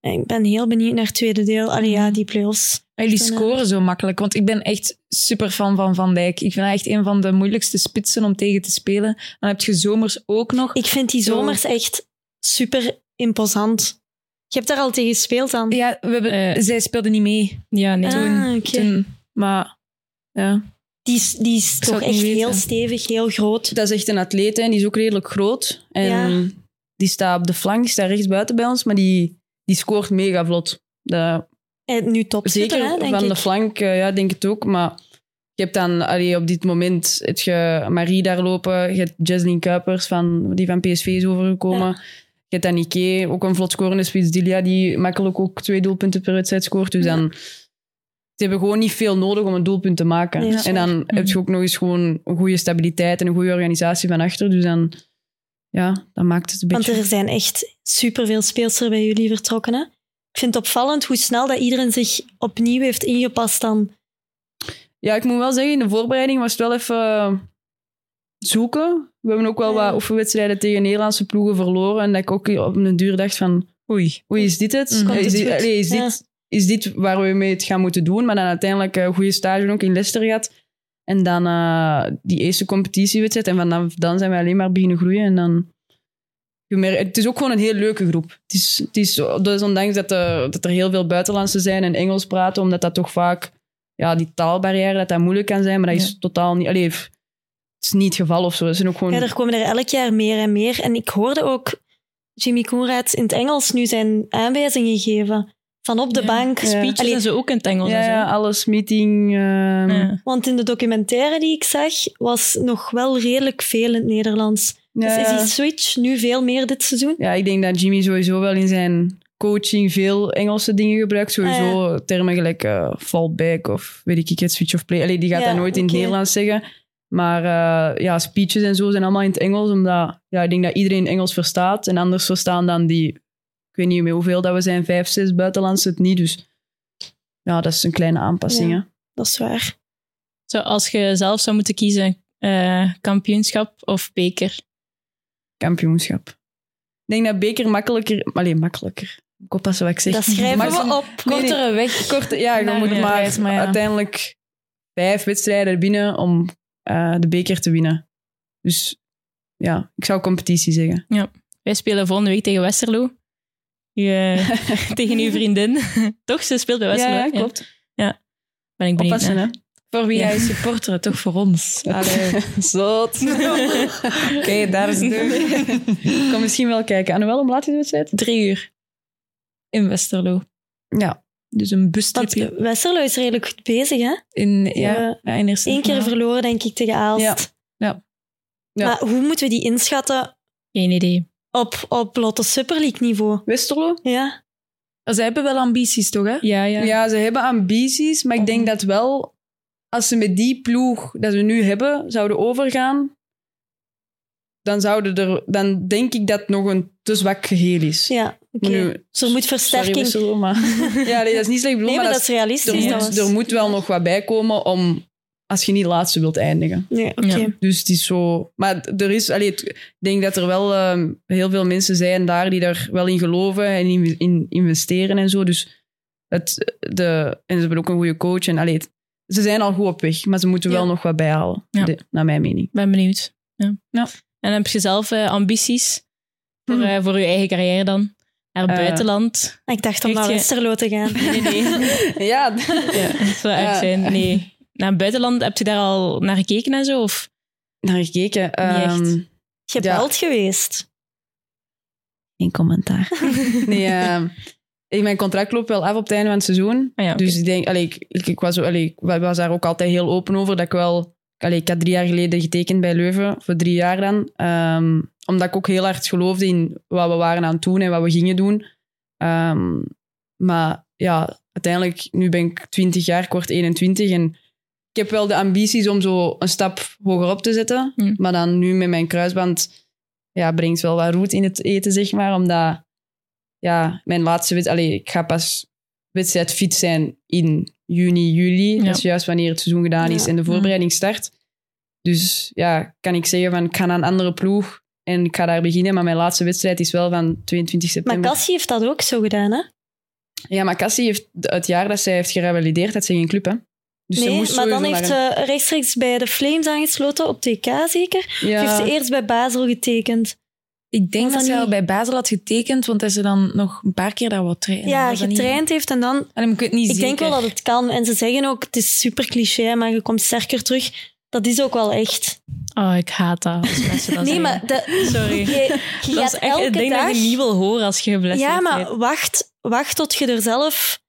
En ik ben heel benieuwd naar het tweede deel. Allee, ja, die play-offs. Maar jullie Echt een, scoren zo makkelijk. Want ik ben echt super fan van Van Dijk. Ik vind hij echt een van de moeilijkste spitsen om tegen te spelen. Dan heb je zomers ook nog. Ik vind die Zo. zomers echt super imposant. Je hebt daar al tegen gespeeld dan. Ja, we hebben, Eh. zij speelden niet mee. Ja, nee. ah, oké. Toen, maar ja. Die, is- die is zou toch het niet echt heel weten. stevig, heel groot. Dat is echt een atleet hè, en die is ook redelijk groot. En Ja. die staat op de flank, die staat rechts buiten bij ons, maar die, die scoort mega vlot. Dat, En nu top zeker hè, denk van ik. de flank, eh, ja, denk het ook. Maar je hebt dan allee, op dit moment heb je Marie daar lopen, je hebt Jesline Kuipers, van, die van PSV is overgekomen. Je hebt dan Ike, ook een vlot scorende spits, Dilia, die makkelijk ook twee doelpunten per wedstrijd scoort. Dus Ja. dan... Ze hebben gewoon niet veel nodig om een doelpunt te maken. Nee, dat is en dan heb je ook nog eens gewoon een goede stabiliteit en een goede organisatie van achter. Dus dan, ja, dan maakt het een Want beetje... er zijn echt superveel speelsters bij jullie vertrokken. Hè? Ik vind het opvallend hoe snel dat iedereen zich opnieuw heeft ingepast dan. Ja, ik moet wel zeggen, in de voorbereiding was het wel even eh, zoeken. We hebben ook wel Ja. wat oefenwedstrijden tegen Nederlandse ploegen verloren. En dat ik ook op een duur dacht van, Oei. oei, is dit het? Komt Is het dit, goed? allee, is, dit, is dit waar we mee het gaan moeten doen? Maar dan uiteindelijk eh, een goede stage ook in Leicester gehad. En dan eh, die eerste competitiewedstrijd. En vanaf dan zijn we alleen maar beginnen groeien. En dan... je merkt- Het is ook gewoon een heel leuke groep. Het is, het is, dus ondanks dat er, dat er heel veel buitenlandse zijn en Engels praten, omdat dat toch vaak ja, die taalbarrière, dat dat moeilijk kan zijn, maar dat is totaal niet... Allee, pff, het is niet het geval of zo. Het zijn ook gewoon... Ja, er komen er elk jaar meer en meer. En ik hoorde ook Jimmy Coenraad in het Engels nu zijn aanwijzingen geven. Van op de Ja. bank. Ja. Speeches Allee, en zo ook in het Engels. Ja, en zo. ja, alles, meeting... ehm, Ja. Want in de documentaire die ik zag, was nog wel redelijk veel in het Nederlands. ja. Dus is die switch nu veel meer dit seizoen? Ja, ik denk dat Jimmy sowieso wel in zijn coaching veel Engelse dingen gebruikt. Ah, Sowieso termen gelijk eh, fallback of weet ik het, switch of play. Allee, die gaat Ja, dat nooit in het oké. Nederlands zeggen. Maar eh, ja, speeches en zo zijn allemaal in het Engels. Omdat ja, ik denk dat iedereen Engels verstaat. En anders verstaan dan die, ik weet niet meer hoeveel dat we zijn, vijf, zes buitenlandse het niet. Dus ja, dat is een kleine aanpassing. Ja. hè. Dat is waar. Zo, als je zelf zou moeten kiezen, eh, kampioenschap of beker? Kampioenschap. Ik denk dat beker makkelijker... Allee, makkelijker. Ik oppassen wat ik zeg. Dat schrijven Max- we op. Nee, nee. Kortere weg. kort, ja, je Naar moet de maar, prijs, maar ja. uiteindelijk vijf wedstrijden binnen om eh, de beker te winnen. Dus ja, ik zou competitie zeggen. Wij spelen volgende week tegen Westerlo. Je, tegen uw vriendin. Toch? Ze speelt bij Westerlo. ja, klopt. Ben ik benieuwd. Oppassen, naar. hè. Voor wie Ja. hij supporteren, toch voor ons. Allee. Zot. Oké, daar is het deur. Ik kan misschien wel kijken. En wel om laat is de wedstrijd? Drie uur. In Westerlo. Ja. Dus een Want bustripje. Westerlo is redelijk goed bezig, hè? In, ja, Eh, ja, in eerste Eén keer verhaal. verloren, denk ik, tegen Aalst. Ja. Ja. Maar hoe moeten we die inschatten Geen idee. op, op Lotte Super League niveau? Westerlo? Ja. Ze hebben wel ambities, toch? Hè? Ja, Ja. ja. ze hebben ambities, maar ik denk dat wel als ze met die ploeg dat we nu hebben zouden overgaan, dan, zouden er, dan denk ik dat het nog een te zwak geheel is. ja oké. Nu- Dus er Sorry, moet versterking... Westerlo, maar... Ja, nee, dat is niet slecht bedoeld, maar, nee, maar dat dat is realistisch. is- er, ja, dat moet, was- er moet wel nog wat bij komen om, als je niet laatste wilt eindigen. Nee, oké. Ja. Dus het is zo... Maar d- er is... Allee, het- ik denk dat er wel ehm, heel veel mensen zijn daar die daar wel in geloven en in, in investeren en zo. Dus het, de, en ze hebben ook een goede coach. En, allee, het- ze zijn al goed op weg, maar ze moeten wel Ja. nog wat bijhalen, Ja. de- naar mijn mening. Ben benieuwd. Ja. Ja. En heb je zelf eh, ambities voor, Hm. eh, voor je eigen carrière dan? Naar het Eh. buitenland? Ik dacht om Echt, naar ja. Westerlo te gaan. Nee, nee. ja, ja, dat zou erg Ja. zijn. Nee. Naar het buitenland, heb je daar al naar gekeken en zo? Of? naar gekeken. echt. ehm, Gebeld geweest. Geen commentaar. nee, eh, ik, mijn contract loopt wel af op het einde van het seizoen. Ah ja, oké. Dus ik denk, allee, ik, ik, ik was, allee, ik wa- was daar ook altijd heel open over. Dat ik wel, allee, ik had drie jaar geleden getekend bij Leuven, voor drie jaar dan. Ehm, omdat ik ook heel hard geloofde in wat we waren aan het doen en wat we gingen doen. Ehm, maar ja, uiteindelijk, nu ben ik 20 jaar, kort 21. En ik heb wel de ambities om zo een stap hoger op te zetten. Mm. Hm. Maar dan nu met mijn kruisband ja, brengt wel wat roet in het eten, zeg maar. Omdat ja, mijn laatste wedstrijd... Allee, ik ga pas wedstrijd fit zijn in juni, juli. Ja. Dat is juist wanneer het seizoen gedaan is Ja. Hm. en de voorbereiding start. Dus ja, kan ik zeggen van ik ga naar een andere ploeg en ik ga daar beginnen. Maar mijn laatste wedstrijd is wel van 22 Maar september. Cassie heeft dat ook zo gedaan, hè? Ja, maar Cassie heeft het jaar dat zij heeft gerevalideerd, had zij geen club, hè? Dus ze nee, moest maar dan sowieso heeft naar ze rechtstreeks bij de Flames aangesloten, op TK zeker. een- Of Ja. Heeft ze e- eerst bij Basel getekend. Ik denk dat Was dat zij al niet- bij Basel had getekend, want hij ze dan nog een paar keer daar wat trainen. ja, Was dat niet- getraind heeft en dan... Allee, maar ik weet niet Ik denk wel dat het kan. En ze zeggen ook, het is super cliché, maar je komt sterker terug. Dat is ook wel echt. Oh, ik haat dat. Als mensen dat nee, zeggen. maar dat, Sorry. je, je Dat gaat is echt elke een ding dag... dat je niet wil horen als je geblesseerd ja, bent. maar wacht, wacht tot je er zelf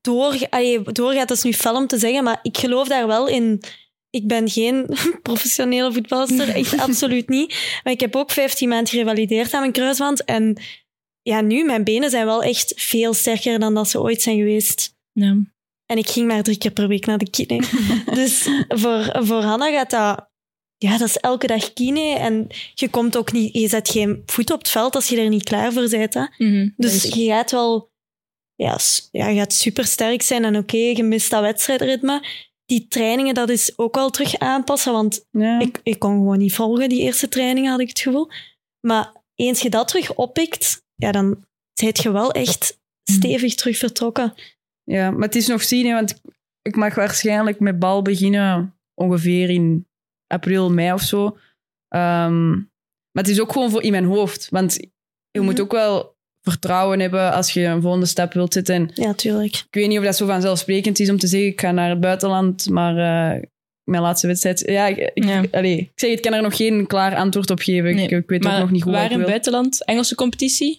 door, allee, doorgaat. Dat is nu fel om te zeggen, maar ik geloof daar wel in. Ik ben geen professionele voetbalster, echt absoluut niet. Maar ik heb ook 15 maanden gerevalideerd aan mijn kruisband. En ja, nu, mijn benen zijn wel echt veel sterker dan dat ze ooit zijn geweest. Ja. En ik ging maar drie keer per week naar de kine. Dus voor, voor Hanna gaat dat... Ja, dat is elke dag kine. En je komt ook niet... Je zet geen voet op het veld als je er niet klaar voor bent, hè. Mhm. Dus je gaat wel ja, s- ja, je gaat supersterk zijn en oké, je mist dat wedstrijdritme. die trainingen, dat is ook wel terug aanpassen. Want Ja. ik, ik kon gewoon niet volgen, die eerste trainingen, had ik het gevoel. Maar eens je dat terug oppikt, ja, dan zit je wel echt stevig terug vertrokken. ja, maar het is nog zien, hè, want ik- ik mag waarschijnlijk met bal beginnen ongeveer in april, mei of zo. Ehm, maar het is ook gewoon voor in mijn hoofd. Want je moet Mhm. ook wel vertrouwen hebben als je een volgende stap wilt zetten. En Ja, tuurlijk. ik weet niet of dat zo vanzelfsprekend is om te zeggen, ik ga naar het buitenland, maar eh, mijn laatste wedstrijd... Ja, ik, ik, Ja. allee, ik zeg, ik kan er nog geen klaar antwoord op geven. Nee, ik, ik weet ook maar nog niet goed wat waar ik in het wil. buitenland? Engelse competitie?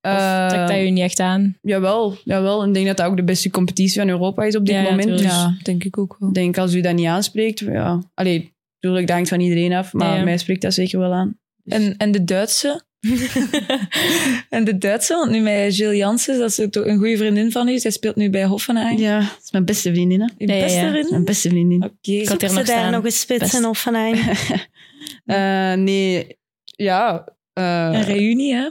Of Eh, trekt dat je niet echt aan? Jawel, jawel. Ik denk dat dat ook de beste competitie van Europa is op dit Ja, ja, moment. tuurlijk. dus Ja, denk ik ook wel. Dus- ik denk als u dat niet aanspreekt, ja. Allee, natuurlijk, dat hangt van iedereen af, maar Ja, ja. mij spreekt dat zeker wel aan. En, en de Duitse? en de Duitse, want nu met Jill Janssens, dat is toch een goede vriendin van u. Zij speelt nu bij Hoffenheim. Ja, dat is mijn beste vriendin, hè. Uw Ja, ja, beste ja. vriendin? Mijn beste vriendin. Oké. Ik had Zoek hier ze nog daar staan. nog een spits Best. in Offenheim. Eh, nee, ja... eh, Een reunie, hè?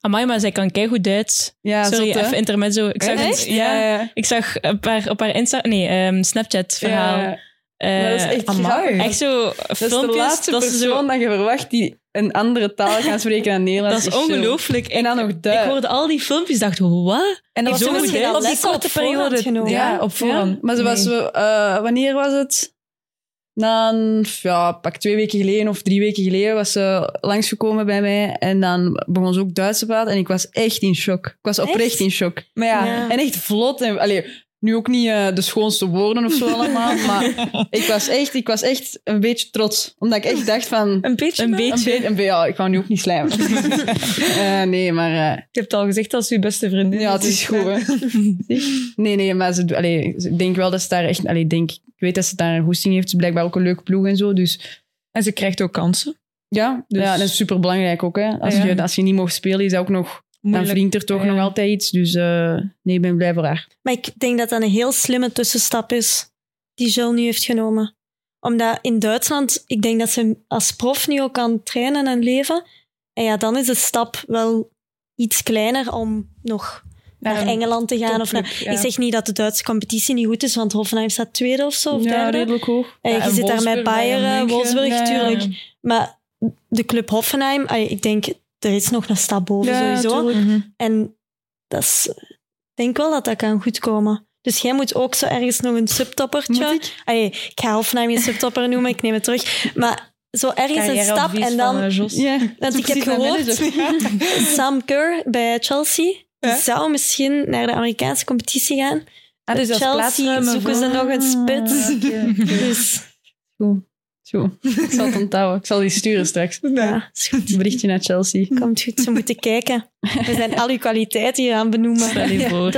Amai, maar zij kan keigoed Duits. ja, Sorry, zot, hè? even intermezzo. Ik zag, Echt? het, Ja, ja, ja. ik zag op haar, op haar Insta... Nee, ehm, Snapchat-verhaal. Ja, maar dat is echt grappig. Echt zo Dat is de filmpjes, laatste dat ze persoon zo... dat je verwacht die een andere taal gaat spreken dan Dat is Nederlands. Echt zo. ongelooflijk. En Ik, dan nog ik Duits. hoorde al die filmpjes dacht, wat? En dat Ik was doe toen het heel op die lekker op korte voorhand periode. genomen. Ja, op voorhand. Maar ze was, Nee. zo, eh, wanneer was het? Na een, ja, pak twee weken geleden of drie weken geleden was ze langsgekomen bij mij. En dan begon ze ook Duits te praten. En ik was echt in shock. Ik was oprecht Echt? in shock. Maar ja, Ja. En echt vlot. En, allee, nu ook niet eh, de schoonste woorden of zo allemaal. maar ik was, echt, ik was echt een beetje trots. Omdat ik echt dacht van... een beetje. Een maar- Een beetje. beetje, een be- ja, ik wou nu ook niet slijmen. Eh, nee, maar eh, Ik heb het al gezegd, dat is uw beste vriendin. ja, het Dus- is goed. hè. Nee, nee, maar ze, do- allee, ze- ik denk wel dat ze daar echt... Allee, ik denk, ik weet dat ze daar een goesting heeft. Ze is blijkbaar ook een leuke ploeg en zo. Dus En ze krijgt ook kansen. ja, Dus- Ah, ja dat is superbelangrijk ook. Hè. Als, Ja. je, als je niet mocht spelen, is dat ook nog... Dan Moeilijk. Ah, verdient er toch Ja. nog altijd iets. Dus eh, nee, ik ben blij voor haar. Maar ik denk dat dat een heel slimme tussenstap is die Jill nu heeft genomen. Omdat in Duitsland, ik denk dat ze als prof nu ook kan trainen en leven. En ja, dan is de stap wel iets kleiner om nog naar, een Engeland te gaan. Of naar- topclub, ja. Ik zeg niet dat de Duitse competitie niet goed is, want Hoffenheim staat tweede of zo. Of ja, derde. redelijk hoog. En je en zit daar met Wolfsburg, Bayern Bayern, eh, München. Wolfsburg, Ja, ja, ja. tuurlijk. Maar de club Hoffenheim, ah, ik denk, er is nog een stap boven Ja, sowieso. tuurlijk. Mhm. En dat is, ik denk wel dat dat kan goedkomen. Dus jij moet ook zo ergens nog een subtoppertje. Moet ik? ik ga Hoffenheim een subtopper noemen, ik neem het terug. Maar zo ergens een stap Carrièreadvies van, en dan... eh, Jos. Ja, Want ik heb gehoord, Sam Kerr bij Chelsea Ja. zou misschien naar de Amerikaanse competitie gaan. Ah, dus als Chelsea plaatsruimen zoeken ze voor- nog een spits. Dus Zo, ik zal het onthouden. Ik zal die sturen straks. ja, is goed. Een berichtje naar Chelsea. Komt goed, ze moeten kijken. We zijn al uw kwaliteiten hier aan benoemen. Stel je voor.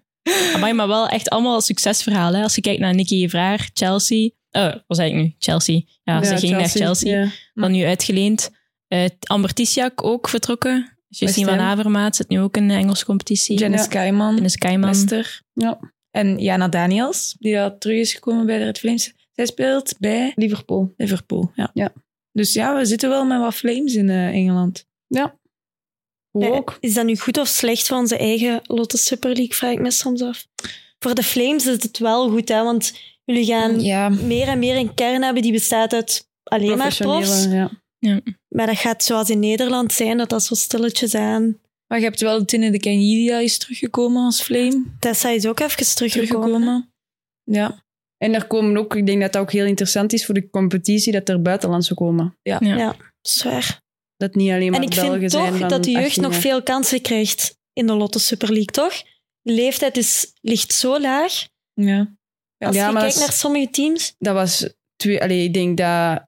Amai, maar wel echt allemaal succesverhalen. hè. Als je kijkt naar Nicky Vraag, Chelsea... Oh, wat zei ik nu? Chelsea. Ja, ze ging naar Chelsea. Ja. Dan nu uitgeleend. Eh Amber Tisiak ook vertrokken. Justine Ham. van Avermaat zit nu ook in de Engelse competitie. Janice Ja. Kaiman. Dennis Keiman. Lester. Ja. En Jana Daniels, die dat terug is gekomen bij de Red Flames. Zij speelt bij Liverpool. Liverpool. Ja. Ja. Dus ja, we zitten wel met wat Flames in eh, Engeland. Hoe Eh, ook. Is dat nu goed of slecht voor onze eigen Lotte Super League, vraag ik me soms af. Voor de Flames is het wel goed, hè, want jullie gaan Ja. meer en meer een kern hebben die bestaat uit alleen maar profs. Professionele, ja. Maar dat gaat zoals in Nederland zijn, dat dat zo stilletjes aan. Maar je hebt wel Tine de Kenji, die is teruggekomen als Flame. Tessa is ook even teruggekomen. Teruggekomen. Ja. En er komen ook, ik denk dat dat ook heel interessant is voor de competitie, dat er buitenlandse komen. Zwaar. Dat niet alleen maar En ik Belgen vind zijn. toch van dat de jeugd 18 nog jaar. veel kansen krijgt in de Lotte Super League, toch? De leeftijd is, ligt zo laag. Ja. Als Ja, je maar kijkt dat is- naar sommige teams. Dat was twee, allee, ik denk dat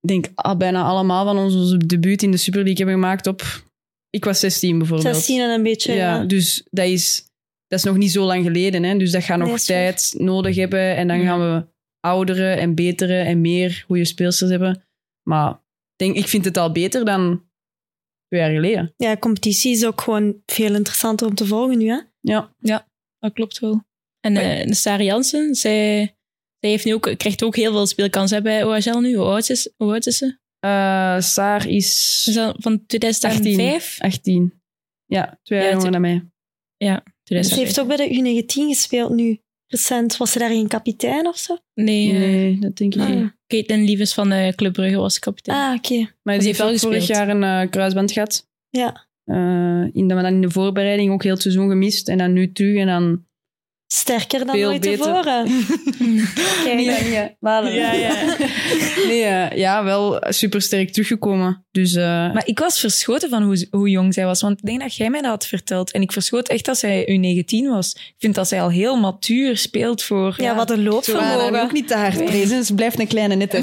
ik denk al, bijna allemaal van ons onze debuut in de Super League hebben gemaakt op. Ik was 16 bijvoorbeeld. 16 en een beetje. Ja, ja. dus dat is, dat is nog niet zo lang geleden. Hè? Dus dat gaat nog Nee, is waar. tijd nodig hebben. En dan Ja. gaan we oudere en betere en meer goede speelsters hebben. Maar ik denk, ik vind het al beter dan twee jaar geleden. Ja, competitie is ook gewoon veel interessanter om te volgen nu. Hè? Ja, Dat klopt wel. En eh Sarah Jansen, zij, zij heeft nu ook, krijgt ook heel veel speelkansen hè, bij OHL nu. Hoe oud is, hoe oud is ze? Eh, Saar Ze is is al van 2005? 18. Ja, twee jaar Ja, jonger het- dan mij. Ze heeft ook bij de U19 gespeeld nu. recent, was ze daar geen kapitein of zo? Nee, eh, Nee, dat denk ik Nee. niet. Caitlin Lieves van eh Club Brugge was kapitein. Ah, oké. Maar die die heeft heeft wel ook vorig gespeeld. jaar een eh, kruisband gehad. Ja. Eh, in, de- maar dan in de voorbereiding ook heel het seizoen gemist. En dan nu terug en dan... Sterker dan Veel ooit beter. tevoren. Oké. Ja, ja. Nee, eh, ja, wel supersterk teruggekomen. Dus eh, Maar ik was verschoten van hoe, hoe jong zij was. Want ik denk dat jij mij dat had verteld. En ik verschoot echt dat zij U19 was. Ik vind dat zij al heel matuur speelt voor... Ja, wat een Johanna, loopvermogen. ook niet te hard Nee. prezen. Ze blijft een kleine nette.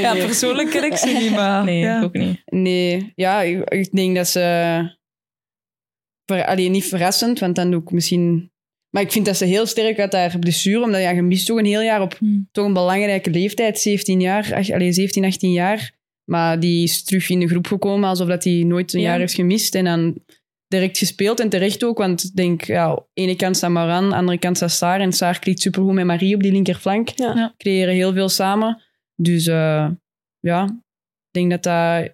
Ja, persoonlijk ken ik ze niet, maar... Nee, ja. ik ook niet. Nee, ja, ik, ik denk dat ze... Ver, allee, niet verrassend, want dan doe ik misschien... Maar ik vind dat ze heel sterk uit haar blessure, omdat ja, je mist toch een heel jaar op Hmm. toch een belangrijke leeftijd, 17 jaar, ach, allee, 17, 18 jaar. Maar die is terug in de groep gekomen, alsof dat hij nooit een Ja. jaar heeft gemist. En dan direct gespeeld, en terecht ook, want ik denk, ja, ene kant staat Maran, andere kant staat Saar. En Saar klikt supergoed met Marie op die linkerflank. Ja. Ja. Creëren heel veel samen. Dus eh, ja, ik denk dat dat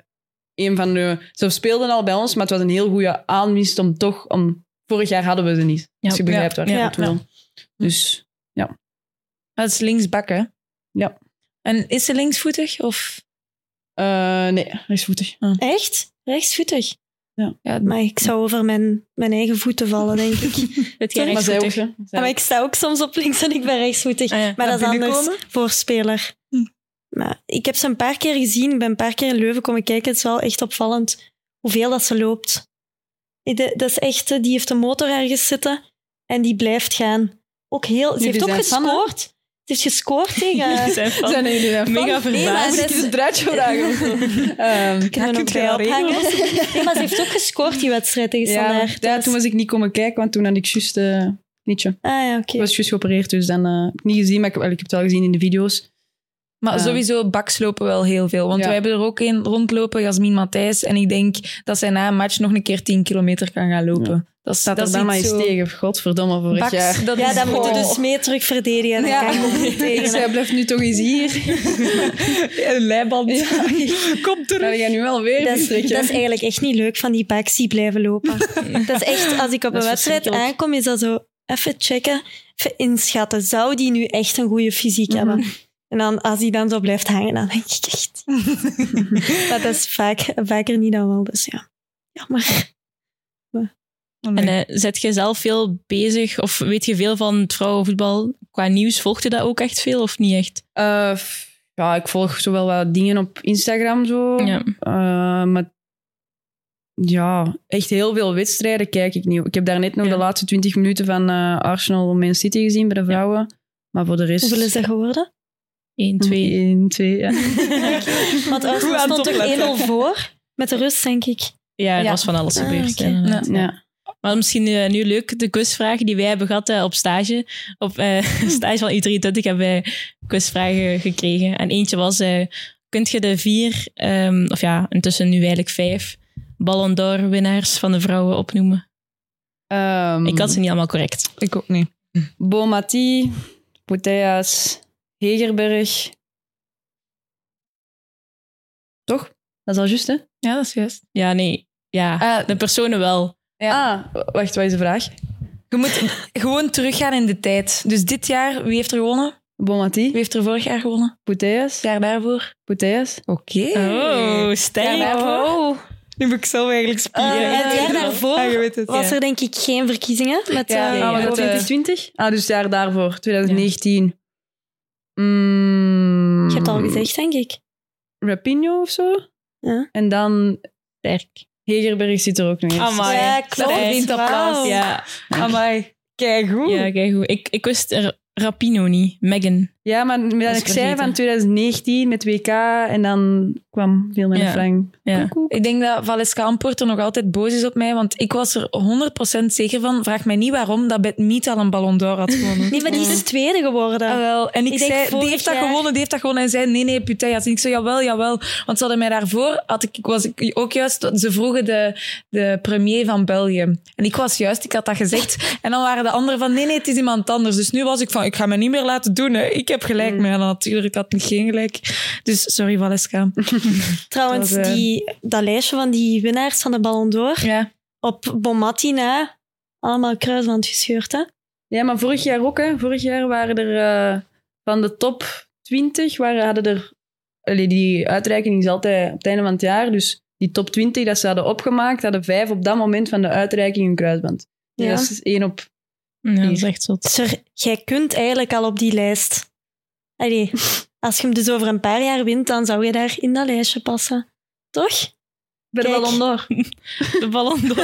een van de... Ze speelden al bij ons, maar het was een heel goede aanwinst om toch... Om, vorig jaar hadden we ze niet, Ja. als je begrijpt waar ik Ja. naartoe wil. Dus Dat is linksbak, hè? Ja. En is ze linksvoetig? Of... eh, nee, rechtsvoetig. Ah. Echt? Rechtsvoetig? Ja, Maar ik zou over mijn, mijn eigen voeten vallen, denk ik. Dit jaar Maar echt zij ook, goed, hè. hè. Zij Ja, Ah, maar ik sta ook soms op links en ik ben rechtsvoetig. Ah, ja. Maar dat is binnenkomen? anders voor speler. Hm. Maar ik heb ze een paar keer gezien. Ik ben een paar keer in Leuven komen kijken. Het is wel echt opvallend hoeveel dat ze loopt. Ik de- Dat is echt, eh, die heeft een motor ergens zitten en die blijft gaan. Ook heel, ze Jullie heeft ook zijn fan, hè? gescoord. Ze heeft gescoord tegen... Ze zijn van- Zijn jullie daar Mega fan? Nee, maar Moet ik ze- eens een draadje vragen? of zo? Ehm, Kunnen we Ja, nog kunt je bij dat regelen? ophangen? Nee, maar ze heeft ook gescoord die wedstrijd tegen ja, Standaard. ja, Dat toen was- was ik niet komen kijken, want toen had ik juist eh nietje. Ah ja, oké. Ik was juist geopereerd, dus dan eh, heb ik niet gezien, maar ik, heb- wel, ik heb het wel gezien in de video's. Maar Eh. sowieso baks lopen wel heel veel. Want Ja. we hebben er ook een rondlopen, Jasmin Matthijs. En ik denk dat zij na een match nog een keer 10 kilometer kan gaan lopen. Dat is, Staat dat er is dan maar iets eens zo- tegen. Godverdomme, vorig Baks, jaar. dat Ja, is dat gewoon- moet je dus mee terug verdedigen. en Dan Ja. kan je ook niet tegen. Dus hè. jij blijft nu toch eens hier. Een leiband. Kom terug. Dan ga je nu wel weer Dat is, vertrekken. dat is eigenlijk echt niet leuk van die backs die blijven lopen. dat is echt, als ik op Dat een is wedstrijd verschrikkelijk. aankom, is dat zo even checken, even inschatten. Zou die nu echt een goede fysiek Mhm. hebben? En dan, als die dan zo blijft hangen, dan denk ik echt. maar dat is vaak, vaker niet dan wel, dus ja. Jammer. Oh, En eh, zet je zelf veel bezig of weet je veel van het vrouwenvoetbal? Qua nieuws volgt je dat ook echt veel of niet echt? Eh, f- ja, ik volg zowel wat dingen op Instagram zo. Ja. Eh, maar ja, echt heel veel wedstrijden kijk ik niet. Ik heb daarnet nog Ja. de laatste 20 minuten van eh, Arsenal Man City gezien bij de vrouwen. Maar voor de dus- rest... Hoeveel is dat geworden? 1, Mm-hmm. 2. 1, 2, ja. Want Arsenal aan het stond toch 1-0 voor? Met de rust, denk ik. Ja, er Ja. was van alles Ah, gebeurd. oké. ja, inderdaad. ja. Maar misschien eh, nu leuk, de quizvragen die wij hebben gehad eh, op stage. Op eh, stage van U23 hebben wij quizvragen gekregen. En eentje was, eh, kunt je de vier, ehm, of ja, intussen nu eigenlijk vijf, Ballon d'Or winnaars van de vrouwen opnoemen? Ehm, Ik had ze niet allemaal correct. ik ook niet. Bomati, Puteas, Hegerberg. Toch? Dat is al juist, hè? Ja, dat is juist. Ja, nee. Ja, Eh, de personen wel. Ah, wacht, wat is de vraag? Je moet gewoon teruggaan in de tijd. Dus dit jaar, wie heeft er gewonnen? Wie Bomati, heeft er vorig jaar gewonnen? Puteas, Het jaar daarvoor? Puteas. Oké. Oh, Ja, sterk. daarvoor. Oh. Nu moet ik zelf eigenlijk spieren. Eh, het jaar daarvoor Ah, je weet het, Was ja. er denk ik geen verkiezingen? Met, Ja, Ah, eh, ja, maar dat, Covid? eh, 2020? Ah, dus het jaar daarvoor, 2019. Mm, Je hebt het al gezegd, denk ik. Rapinho of zo. Ja. En dan Sterk. Hegerberg zit er ook nog in. Ah, Amai. Ja, klopt. Dat verdient Wauw. Ja, Amai. Kijk goed. ja kijk goed. Ik, ik wist er Rapino niet. Megan. Ja, maar dat is ik vergeten. zei van 2019 met WK en dan kwam veel meer Ja. Frank. Ja. Koekoek. Ik denk dat Valeska Amporter nog altijd boos is op mij, want ik was er 100% zeker van. Vraag mij niet waarom dat Bette Mead al een Ballon d'Or had gewonnen. Nee, maar die is tweede geworden. Ah, wel. En ik, Ik denk zei, vorig die heeft dat jaar- gewonnen, die heeft dat gewonnen. En zei, nee, nee, Putejas. En ik zei, jawel, jawel. Want ze hadden mij daarvoor, had ik, was ik ook juist, ze vroegen de, de premier van België. En ik was juist, ik had dat gezegd. En dan waren de anderen van, nee, nee, het is iemand anders. Dus nu was ik van, ik ga me niet meer laten doen, hè. Ik heb gelijk, maar ja, natuurlijk had ik geen gelijk. Dus sorry, Valeska. Trouwens, Dat, eh, die, dat lijstje van die winnaars van de Ballon d'Or, Ja. op Bomatti na, allemaal kruisband gescheurd, hè? Ja, maar vorig jaar ook, hè. Vorig jaar waren er eh, van de top 20, waren, hadden er... Allee, die uitreiking is altijd op het einde van het jaar, dus die top 20 dat ze hadden opgemaakt, hadden vijf op dat moment van de uitreiking een kruisband. Dus Ja. dat is één op... Ja, dat is echt zot. Sir, jij kunt eigenlijk al op die lijst. Allee, als je hem dus over een paar jaar wint, dan zou je daar in dat lijstje passen. Toch? Ik ben er Kijk. wel onder. De ballon door.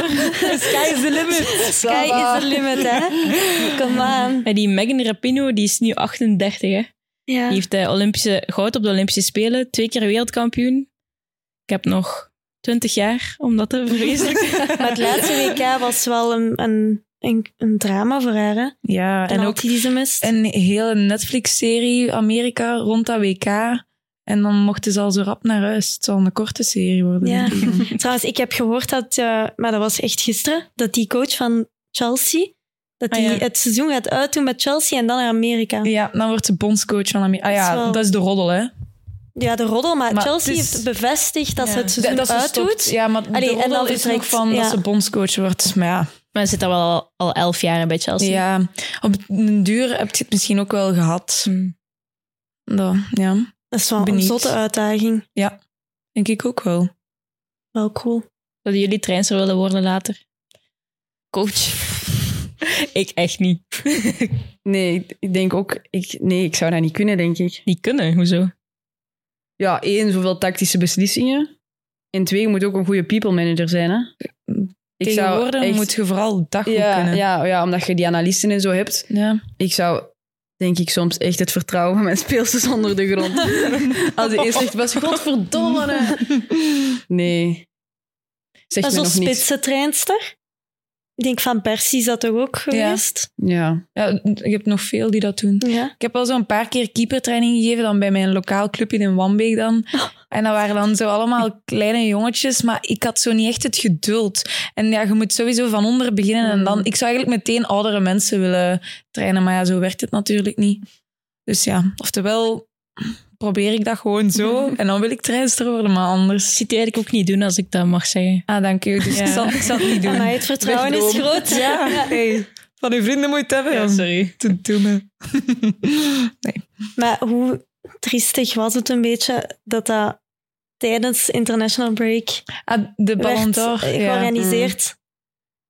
Sky is the limit. Sky is the limit, hè. Kom aan. Maar die Megan Rapino, die is nu 38, hè. Ja. Die heeft de Olympische goud op de Olympische Spelen. Twee keer wereldkampioen. Ik heb nog 20 jaar om dat te verwezenlijken. Maar het laatste WK was wel een, een, een, een drama voor haar, hè. Ja, en ook die ze mist. een hele Netflix-serie Amerika rond dat WK. En dan mochten ze al zo rap naar huis. Het zal een korte serie worden. Ja. denk ik dan. Trouwens, ik heb gehoord dat, eh, maar dat was echt gisteren, dat die coach van Chelsea, dat Ah, die ja. het seizoen gaat uitdoen met Chelsea en dan naar Amerika. Ja, dan wordt ze bondscoach van Amerika. Ah Dat is ja, wel- dat is de roddel, hè? Ja, de roddel, maar, Maar Chelsea het is- heeft bevestigd dat Ja. ze het Dat, seizoen dat ze uitdoet. stopt. Ja, maar Allee, de en dan roddel is nog vertrekt. van Ja. dat ze bondscoach wordt. Maar ja, Maar ze zit al wel al 11 jaar bij Chelsea. ja, op den duur heb je het misschien ook wel gehad. Hm. Dat, ja, Dat is wel een Benieuwd. zotte uitdaging. denk ik ook wel. Wel cool. Zouden jullie trainster willen worden later? Coach. ik echt niet. Nee, ik- ik denk ook... Ik, nee, ik zou dat niet kunnen, denk ik. Niet kunnen, hoezo? Ja, één, zoveel tactische beslissingen. En twee, je moet ook een goede people manager zijn, hè. Ik Tegenwoordig echt- moet je vooral dag goed ja, kunnen. ja, ja, omdat je die analisten en zo hebt. Ja. Ik zou, denk ik, soms echt het vertrouwen van mijn speelsters onder de grond. Als de eerste echt was, godverdomme. hè. Nee. Zegt Maar me zo'n nog niks. spitse treinster. Ik denk van Persie is dat toch ook geweest? Ja. Ja, ik heb nog veel die dat doen. Ja. Ik heb al zo'n paar keer keepertraining gegeven, dan bij mijn lokaal clubje in Wambeek dan. En dat waren dan zo allemaal kleine jongetjes, maar ik had zo niet echt het geduld. En ja, je moet sowieso van onder beginnen en dan... Ik zou eigenlijk meteen oudere mensen willen trainen, maar ja, zo werkt het natuurlijk niet. Dus ja, oftewel probeer ik dat gewoon zo en dan wil ik trainster worden, maar Dat anders... ziet hij eigenlijk ook niet doen, als ik dat mag zeggen. Ah, dank u. Dus Ja. ik, zal, ik zal het niet doen. Maar het vertrouwen is Wegdroom. groot. Ja, hey, van uw vrienden moet je het hebben. Ehm, sorry. Te doen. Maar hoe triestig was het een beetje dat dat tijdens International Break Ah, de Ballon werd d'Or. eh, ja. georganiseerd.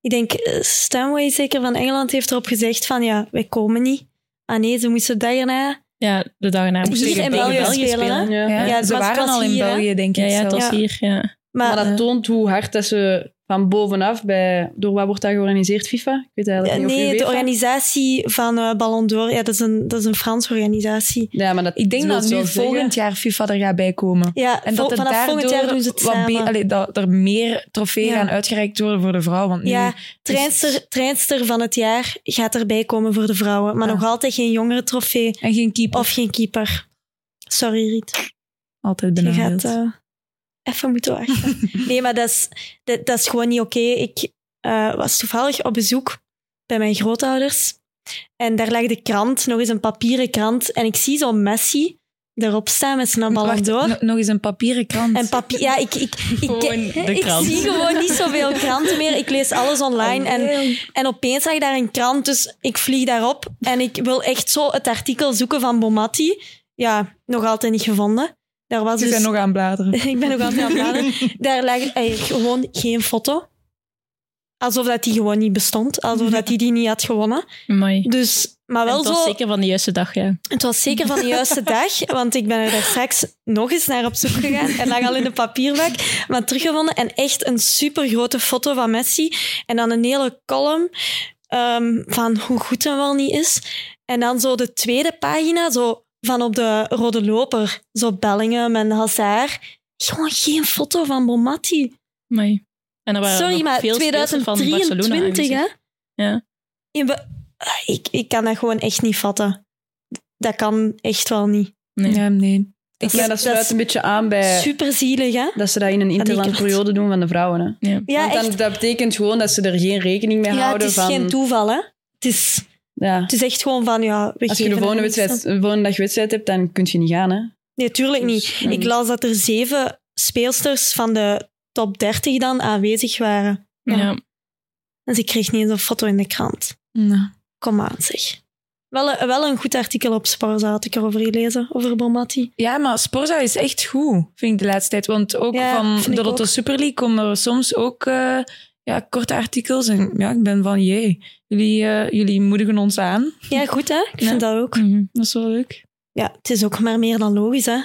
Ik denk, eh, Stanway zeker van Engeland heeft erop gezegd van ja, wij komen niet. Ah nee, ze moesten dag erna. Ja, de dag erna. moest Hier ik tegen in België spelen, hè? Ja. Ja, Ja, ze maar het waren was al in hier, hè? België, denk ik. Ja, ja, het zelfs. was Ja. hier. Ja. Maar, eh, Maar dat toont hoe hard dat ze van bovenaf, bij, door wat wordt dat georganiseerd, FIFA? Ik weet eh, eigenlijk niet of nee, je de weet van- organisatie van eh, Ballon d'Or, ja, dat is een, dat is een Franse organisatie. Ja, maar dat Ik denk wil dat wel nu zeggen- volgend jaar FIFA er gaat bij komen. Ja, En vol- dat er vanaf volgend jaar doen ze het wat be- samen. allee, dat er meer trofeeën Ja. gaan uitgereikt worden voor de vrouw. Want nu, Ja, treinster, treinster van het jaar gaat erbij komen voor de vrouwen. Maar Ja. nog altijd geen jongere trofee En geen keeper. of geen keeper. Sorry, Riet. Altijd Je benadeeld. gaat eh, even moeten wachten. nee, maar dat is, dat, dat is gewoon niet oké. Ik eh, was toevallig op bezoek bij mijn grootouders. En daar lag de krant, nog eens een papieren krant. En ik zie zo'n Messi erop staan met zijn ballon Wacht, door. no- nog eens een papieren krant. En papier, ja, ik, ik, ik, ik, Gewoon de ik krant. Oh, zie gewoon niet zoveel kranten meer. Ik lees alles online. En en opeens zag ik daar een krant, dus ik vlieg daarop. En ik wil echt zo het artikel zoeken van Bomatti. Ja, nog altijd niet gevonden. Daar was Ze dus... zijn nog aan het bladeren. ik ben nog altijd aan het bladeren. Daar lag eh, gewoon geen foto. Alsof dat die gewoon niet bestond. Alsof dat die die niet had gewonnen. Amai. Dus, maar En wel het was zo... zeker van de juiste dag, ja. Het was zeker van de juiste dag, want ik ben er daar straks nog eens naar op zoek gegaan en lag al in de papierbak, maar teruggevonden en echt een super grote foto van Messi en dan een hele column ehm, van hoe goed hem wel niet is. En dan zo de tweede pagina, zo van op de rode loper, zo Bellingham en Hazard. Gewoon geen foto van Bomatti. Amai. En er waren Sorry, nog maar veel speelsters van Barcelona 2023, aanwezig. hè? Ja. In be- Ah, ik, ik kan dat gewoon echt niet vatten. Dat kan echt wel niet. Nee. Ja, nee. Ik- Ja, dat sluit een beetje aan bij Super zielig, hè? dat ze dat in een interland kracht. periode doen van de vrouwen. Hè? Ja, Want dan, echt. dat betekent gewoon dat ze er geen rekening mee Ja, het houden is van... geen toeval, hè? Het is, ja. het is echt gewoon van, ja, we Als je geven de volgende, er niks wedstrijd, aan. de volgende dag wedstrijd hebt, dan kun je niet gaan. Hè? Nee, tuurlijk niet. Dus, Ik las dat er zeven speelsters van de top 30 dan aanwezig waren. Ja. En ze kreeg niet eens een foto in de krant. Nou, Kom aan, zeg. Wel een, wel een goed artikel op Sporza had ik erover gelezen, over Bomati. Ja, maar Sporza is echt goed, vind ik de laatste tijd. Want ook Ja, vind van ik de Lotto ook. Super League komen er soms ook eh, ja, korte artikels. En ja, ik ben van, jee, jullie, eh, jullie moedigen ons aan. Ja, goed hè? Ik Ja. vind dat ook. Mhm. Dat is wel leuk. Ja, het is ook maar meer dan logisch hè.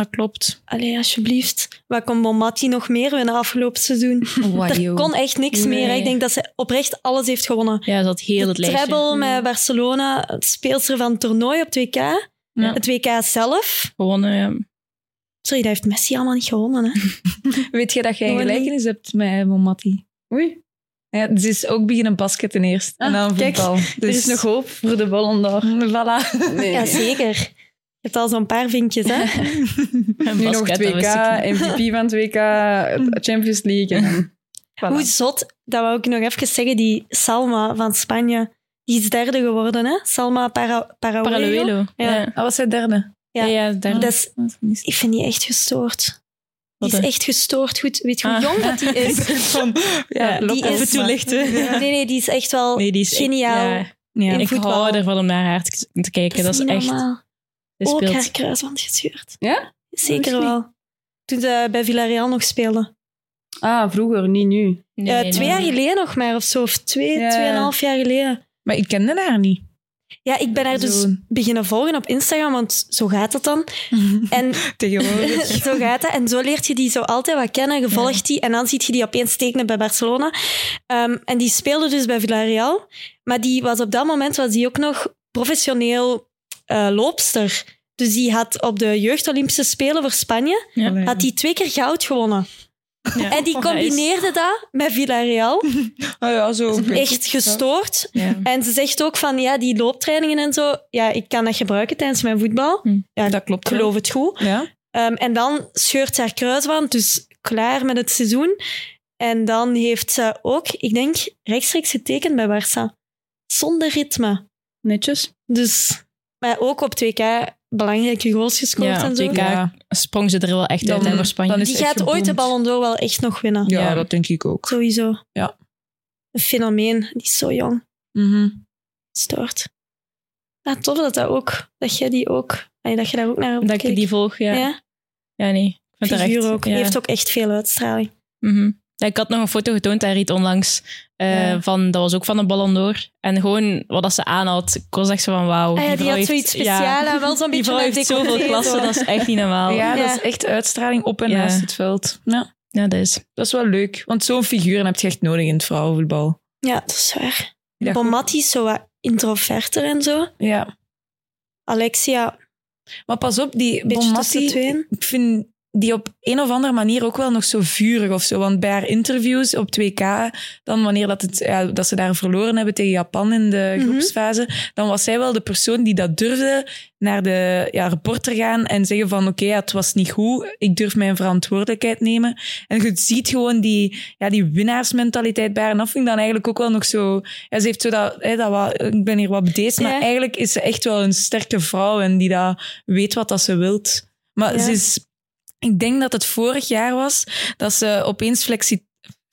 Dat klopt. Allee, alsjeblieft. Wat kon Bomati nog meer winnen afgelopen seizoen? Oh, Er kon echt niks meer. hè. Ah, Nee. Ik denk dat ze oprecht alles heeft gewonnen. Ja, dat heel De het lijstje. Mm. treble met Barcelona, het speelster van het toernooi op het WK. Ja. Het WK zelf. Gewonnen, ja. Sorry, daar heeft Messi allemaal niet gewonnen. Hè? Weet je dat jij Gewoon gelijkenis hebt met Matti? Oei, Ja, dus ze is ook beginnen basketten eerst. en Ah, dan kijk, voetbal. Dus Mm, er is nog hoop voor de Ballon d'Or. Voilà. Nee. Ja, zeker. Je hebt al zo'n paar vinkjes, hè? nu nog Basket, het dat wist ik WK, niet. MVP van het WK, Champions League. En dan, voilà. Hoe zot, dat wou ik nog even zeggen, die Salma van Spanje, die is derde geworden, hè? Salma Para Paraello. Parallelo. Ja. Ja. Dat Ah, was het derde. Ja, Ja. ja, daar. Dat is, Dat is niet- ik vind die echt gestoord. Die Wat, is hè? echt gestoord. Goed, weet je hoe Ah. jong dat die is? Ja, die lok is- op, maar- Nee, nee, die is echt wel Nee, die is geniaal. Ja, Ja. in ik voetbal. hou ervan om naar haar te- te kijken. Dat is, niet echt... normaal. ze Ook speelt- haar kruisband gescheurd. Ja? Wist Zeker ik wel. Toen ze bij Villarreal nog speelden. Ah, vroeger, niet nu. Nee, Eh, nee, twee nee. jaar geleden nog maar, of zo. Of twee, Ja. tweeënhalf jaar geleden. Maar ik kende haar niet. Ja, ik ben haar dus Zo. beginnen volgen op Instagram, want zo gaat dat dan. En Tegenwoordig. zo gaat dat. En zo leert je die zo altijd wat kennen. Je volgt die en dan ziet je die opeens tekenen bij Barcelona. Ehm, en die speelde dus bij Villarreal. Maar die was op dat moment was die ook nog professioneel eh, loopster. Dus die had op de jeugdolympische Spelen voor Spanje Ja. had die twee keer goud gewonnen. Ja. En die combineerde dat met Villarreal. Ah ja, zo. Echt gestoord. Ja. En ze zegt ook van, ja, die looptrainingen en zo, ja, ik kan dat gebruiken tijdens mijn voetbal. Hm. Ja, Dat klopt. ik geloof het goed. Ja. Ehm, en dan scheurt ze haar kruisband, dus klaar met het seizoen. En dan heeft ze ook, ik denk, rechtstreeks getekend bij Barça. Zonder ritme. Netjes. Dus, maar ook op 2K belangrijke goals gescoord Ja, en op zo. 2K. Ja. Sprong ze er wel echt uit Dan- hè, voor Spanje. dan is Die echt gaat ooit de geboomd. Ballon d'Or wel echt nog winnen. Ja, Ja. dat denk ik ook. Sowieso. Ja. Een fenomeen. Die is zo jong. Mhm. stoort. Ja, tof dat dat ook, dat jij die ook, nee, dat je daar ook naar op Dat ik die volg, ja. Ja, ja. nee. Ik vind haar figuur echt, ook. ja. Die heeft ook echt veel uitstraling. Mhm. Ja, ik had nog een foto getoond aan Riet onlangs. eh, Ja. van, dat was ook van een Ballon d'Or. En gewoon wat dat ze aanhad, ik was echt zo van wauw. ah ja, die vrouw had heeft- zoiets speciaals Ja, en wel zo'n die beetje vrouw een heeft zoveel decolleté klassen, zo. dat is echt niet normaal. Ja, Ja, Ja. dat is echt uitstraling op en Ja. naast het veld. Ja. dat is. Dat is wel leuk. Want zo'n figuur heb je echt nodig in het vrouwenvoetbal. Ja, dat is waar. Ja, goed. Bomatti is zo wat introverter en zo. Ja. Alexia, Maar pas op, die een beetje tussen de Bonmatti, tweeën. ik vind die op een of andere manier ook wel nog zo vurig of zo. Want bij haar interviews op 2K, dan wanneer dat, het, ja, dat ze daar verloren hebben tegen Japan in de Mhm. groepsfase, dan was zij wel de persoon die dat durfde naar de ja, reporter gaan en zeggen van oké, ja, het was niet goed, ik durf mijn verantwoordelijkheid nemen. En je ziet gewoon die, ja, die winnaarsmentaliteit bij haar. En dat vind ik dan eigenlijk ook wel nog zo... Ja, ze heeft zo dat... Hè, dat wat, ik ben hier wat bedeesd, maar Ja. eigenlijk is ze echt wel een sterke vrouw en die dat weet wat dat ze wilt. Maar Ja. ze is, ik denk dat het vorig jaar was dat ze opeens flexi,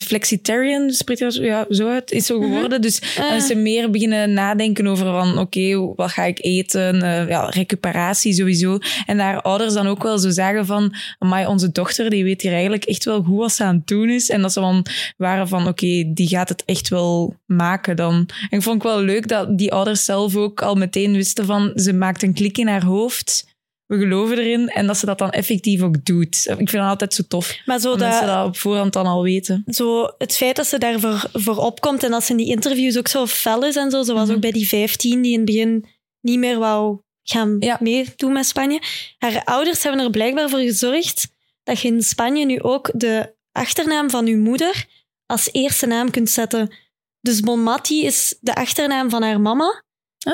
flexitarian, spreekt dat zo- ja, zo uit, is zo Mhm. geworden. Dus Ah. dan is ze meer beginnen nadenken over van, oké, wat ga ik eten? Eh, ja, recuperatie sowieso. En haar ouders dan ook wel zo zagen van, maar onze dochter, die weet hier eigenlijk echt wel goed wat ze aan het doen is. En dat ze dan waren van, oké, die gaat het echt wel maken dan. En ik vond het wel leuk dat die ouders zelf ook al meteen wisten van, ze maakt een klik in haar hoofd. We geloven erin en dat ze dat dan effectief ook doet. Ik vind dat altijd zo tof. Maar zo Dat mensen dat, dat op voorhand dan al weten. zo het feit dat ze daarvoor voor opkomt en dat ze in die interviews ook zo fel is en zo, zoals Mhm. ook bij die 15 die in het begin niet meer wou gaan Ja. meedoen met Spanje. Haar ouders hebben er blijkbaar voor gezorgd dat je in Spanje nu ook de achternaam van je moeder als eerste naam kunt zetten. Dus Bon Matti is de achternaam van haar mama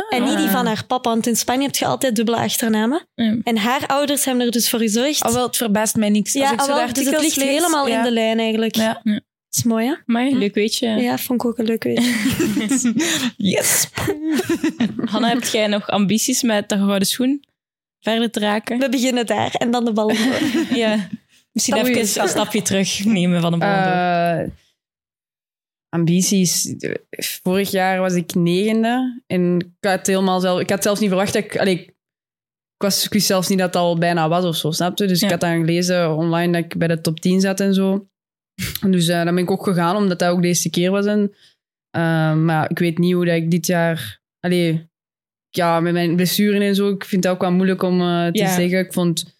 en niet die Ah. van haar papa, want in Spanje heb je altijd dubbele achternamen. Ja. En haar ouders hebben er dus voor gezorgd. Alhoewel, het verbaast mij niks. Ah, Als ja, ik zo de alweer, dus het artikels ligt lees, helemaal ja. in de lijn eigenlijk. Ja. Ja. Dat is mooi, hè? Maar leuk weet je. Hm. Ja, vond ik ook een leuk weetje. Yes. Hanna, heb jij nog ambities met de gouden schoen? Verder te raken? We beginnen daar en dan de bal. Ja. Misschien Oei. Eh, even een stapje terugnemen van een Ballon d'Or. Eh, ambities. Vorig jaar was ik negende en ik had, helemaal zelf, ik had zelfs niet verwacht dat ik. allee, ik, ik was, ik wist zelfs niet dat het al bijna was of zo, snap je? Dus Ja. ik had dan gelezen online dat ik bij de top 10 zat en zo. Dus eh dan ben ik ook gegaan, omdat dat ook de eerste keer was. En, eh, maar ik weet niet hoe dat ik dit jaar... Allee, ja, met mijn blessuren en zo, ik vind het ook wel moeilijk om eh, te Ja. zeggen. Ik vond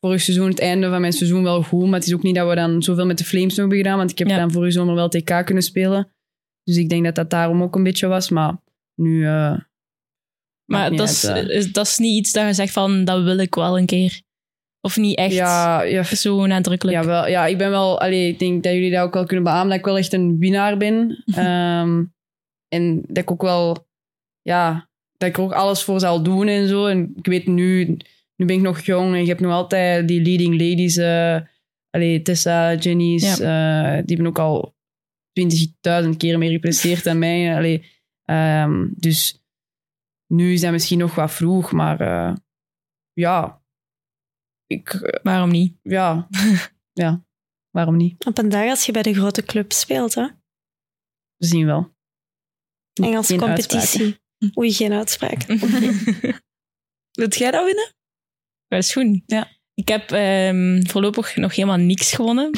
vorig seizoen, het einde van mijn seizoen, wel goed. Maar het is ook niet dat we dan zoveel met de Flames nog hebben gedaan. Want ik heb Ja. dan vorige zomer wel TK kunnen spelen. Dus ik denk dat dat daarom ook een beetje was. Maar nu... eh, maakt Maar niet dat is, uit, eh. is- dat is niet iets dat je zegt van, dat wil ik wel een keer. Of niet echt Ja, ja, zo nadrukkelijk. Ja, wel, ja, ik ben wel. Allee, ik denk dat jullie dat ook wel kunnen beamen. Dat ik wel echt een winnaar ben. Ehm, en dat ik ook wel. Ja, dat ik er ook alles voor zal doen en zo. En ik weet nu. Nu ben ik nog jong en je hebt nog altijd die leading ladies. eh allee, Tessa, Jenny's. eh, die hebben ook al 20.000 keer meer gepresteerd dan mij. Allee, ehm, dus nu is dat misschien nog wat vroeg, maar eh, ja. Ik, Waarom niet? ja. ja. Waarom niet? Op een dag als je bij de grote club speelt, hè? We zien wel. Engelse Geen uitspraken. competitie. Oei, geen uitspraak. Wilt jij dat winnen? Dat is goed. Ja. Ik heb ehm, voorlopig nog helemaal niks gewonnen.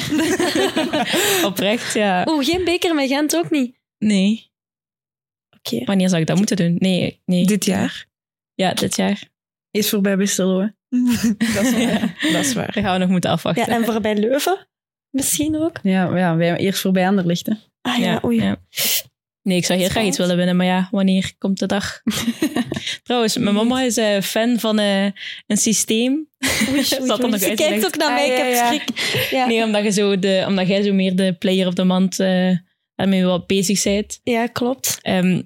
Oprecht, ja. Oeh, geen beker met Gent ook niet. Nee. Oké. Wanneer zou ik dat moeten doen? Nee. nee. Dit jaar. Ja, dit jaar. Is voorbij Westerlo, hè? dat, is waar. Ja. dat is waar. Dat gaan we nog moeten Ja, afwachten. en voorbij Leuven misschien ook. Ja, maar ja, wij hebben eerst voorbij Anderlicht, hè? Ah ja, Ja, oei. ja. Nee, ik zou heel graag iets willen winnen, maar ja, wanneer komt de dag? Trouwens, mijn mama is eh, fan van eh, een systeem. Ze had dat nog Ze uitgelegd. kijkt ook naar mij, ik Ah, ja, heb ja. schrik. Ja, Nee, omdat, je zo de, omdat jij zo meer de player of the month eh daarmee wel bezig bent. ja klopt. Ehm,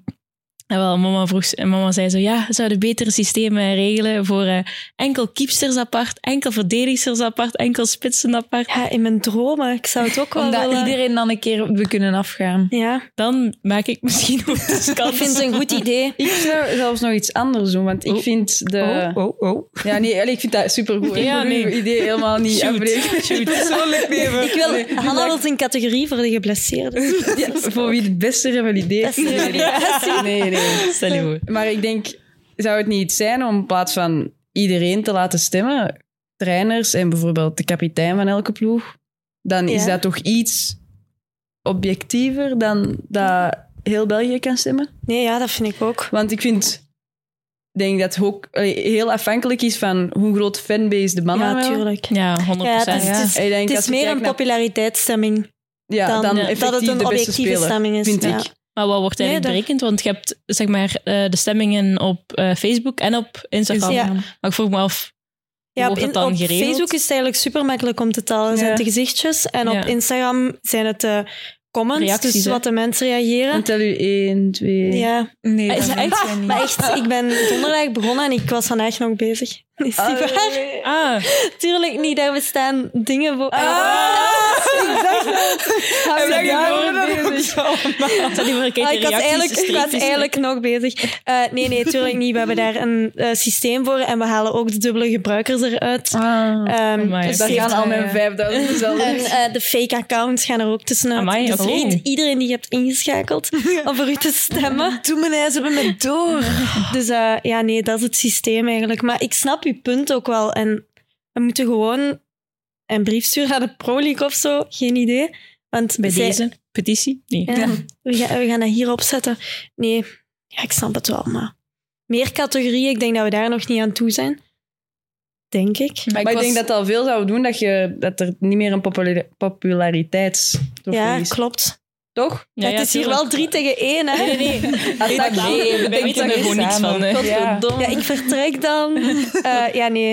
en wel, mama, vroeg, en mama zei zo, ja, we zouden betere systemen regelen voor eh, enkel keepsters apart, enkel verdedigsters apart, enkel spitsen apart. Ja, in mijn dromen. Ik zou het ook wel Omdat willen. iedereen dan een keer we kunnen afgaan. Ja, Dan maak ik misschien ook de ik vind het een goed idee. Ik zou zelfs nog iets anders doen, want ik Oh. vind de... oh, oh. Ja, nee, allee, ik vind dat supergoed. Ja, ik wil nee. uw idee helemaal niet Shoot. afbreken. Persoonlijk nemen. Ik wil, Hanna wil zijn categorie voor de geblesseerden. Ja, voor wie het beste revalidee Beste revalidatie. Nee, nee. Stel je voor. Maar ik denk, zou het niet iets zijn om in plaats van iedereen te laten stemmen, trainers en bijvoorbeeld de kapitein van elke ploeg, dan is Ja. dat toch iets objectiever dan dat heel België kan stemmen? Nee, ja, dat vind ik ook. Want ik vind, denk dat het ook allee, heel afhankelijk is van hoe groot fanbase de mannen Ja, hebben. tuurlijk. Ja, 100 Ja, het procent. is, het is, En ik denk het is als je meer kijkt een naar- populariteitsstemming Ja, dan, eh, dan, ja. effectief dat het de een beste objectieve speler, stemming is. vind ja. ik. Maar wat wordt Nee, eigenlijk dat- berekend? Want je hebt zeg maar, eh, de stemmingen op eh, Facebook en op Instagram. Ja. Maar ik vroeg me af, Ja, Hoe wordt op, dat dan op geregeld? Facebook is het eigenlijk super makkelijk om te talen. zijn Ja. het de gezichtjes. En Ja. op Instagram zijn het de comments, Reacties, dus hè? wat de mensen reageren. Dan tel u 1, 2. Ja, Nee, dat Is dat weet echt? jij maar niet. echt, ik ben donderdag begonnen en ik was vandaag nog bezig. Dus Is die waar? ah, Tuurlijk niet, daar bestaan dingen voor. Ah. Hou je zeg je daarmee nou dat bezig? zal die maar kijken, Ah, ik was reacties, eigenlijk, ik was streepjes. eigenlijk nog bezig. Eh, nee, nee, tuurlijk niet. We hebben daar een eh, systeem voor en we halen ook de dubbele gebruikers eruit. Ah. Ehm, Amai. dus Dat Daar geeft- gaan al mijn 5000 dezelfde. En eh, de fake accounts gaan er ook tussenuit. Amai, oh. dus oké. vergeet iedereen die je hebt ingeschakeld om voor u te stemmen. Toen mijn ze hebben me door. Dus eh, ja, nee, dat is het systeem eigenlijk. Maar ik snap uw punt ook wel. En we moeten gewoon een brief sturen naar de Pro League of zo. Geen idee. Want Bij zij- deze petitie? Nee. Ja, We, gaan, we gaan dat hier opzetten. Nee, ja, ik snap het wel. Maar meer categorieën, ik denk dat we daar nog niet aan toe zijn. Denk ik. Maar ik, was- denk dat het al veel zou doen dat, je, dat er niet meer een populari- populariteitstrofee Ja, is. klopt. Toch? Ja, het ja, is hier tuurlijk. wel drie tegen één, hè? Nee, nee, nee. Attack. E nee, we bedenk weten dat er eens gewoon niks samen. van, hè. Ja, ik vertrek dan. Eh, ja, nee.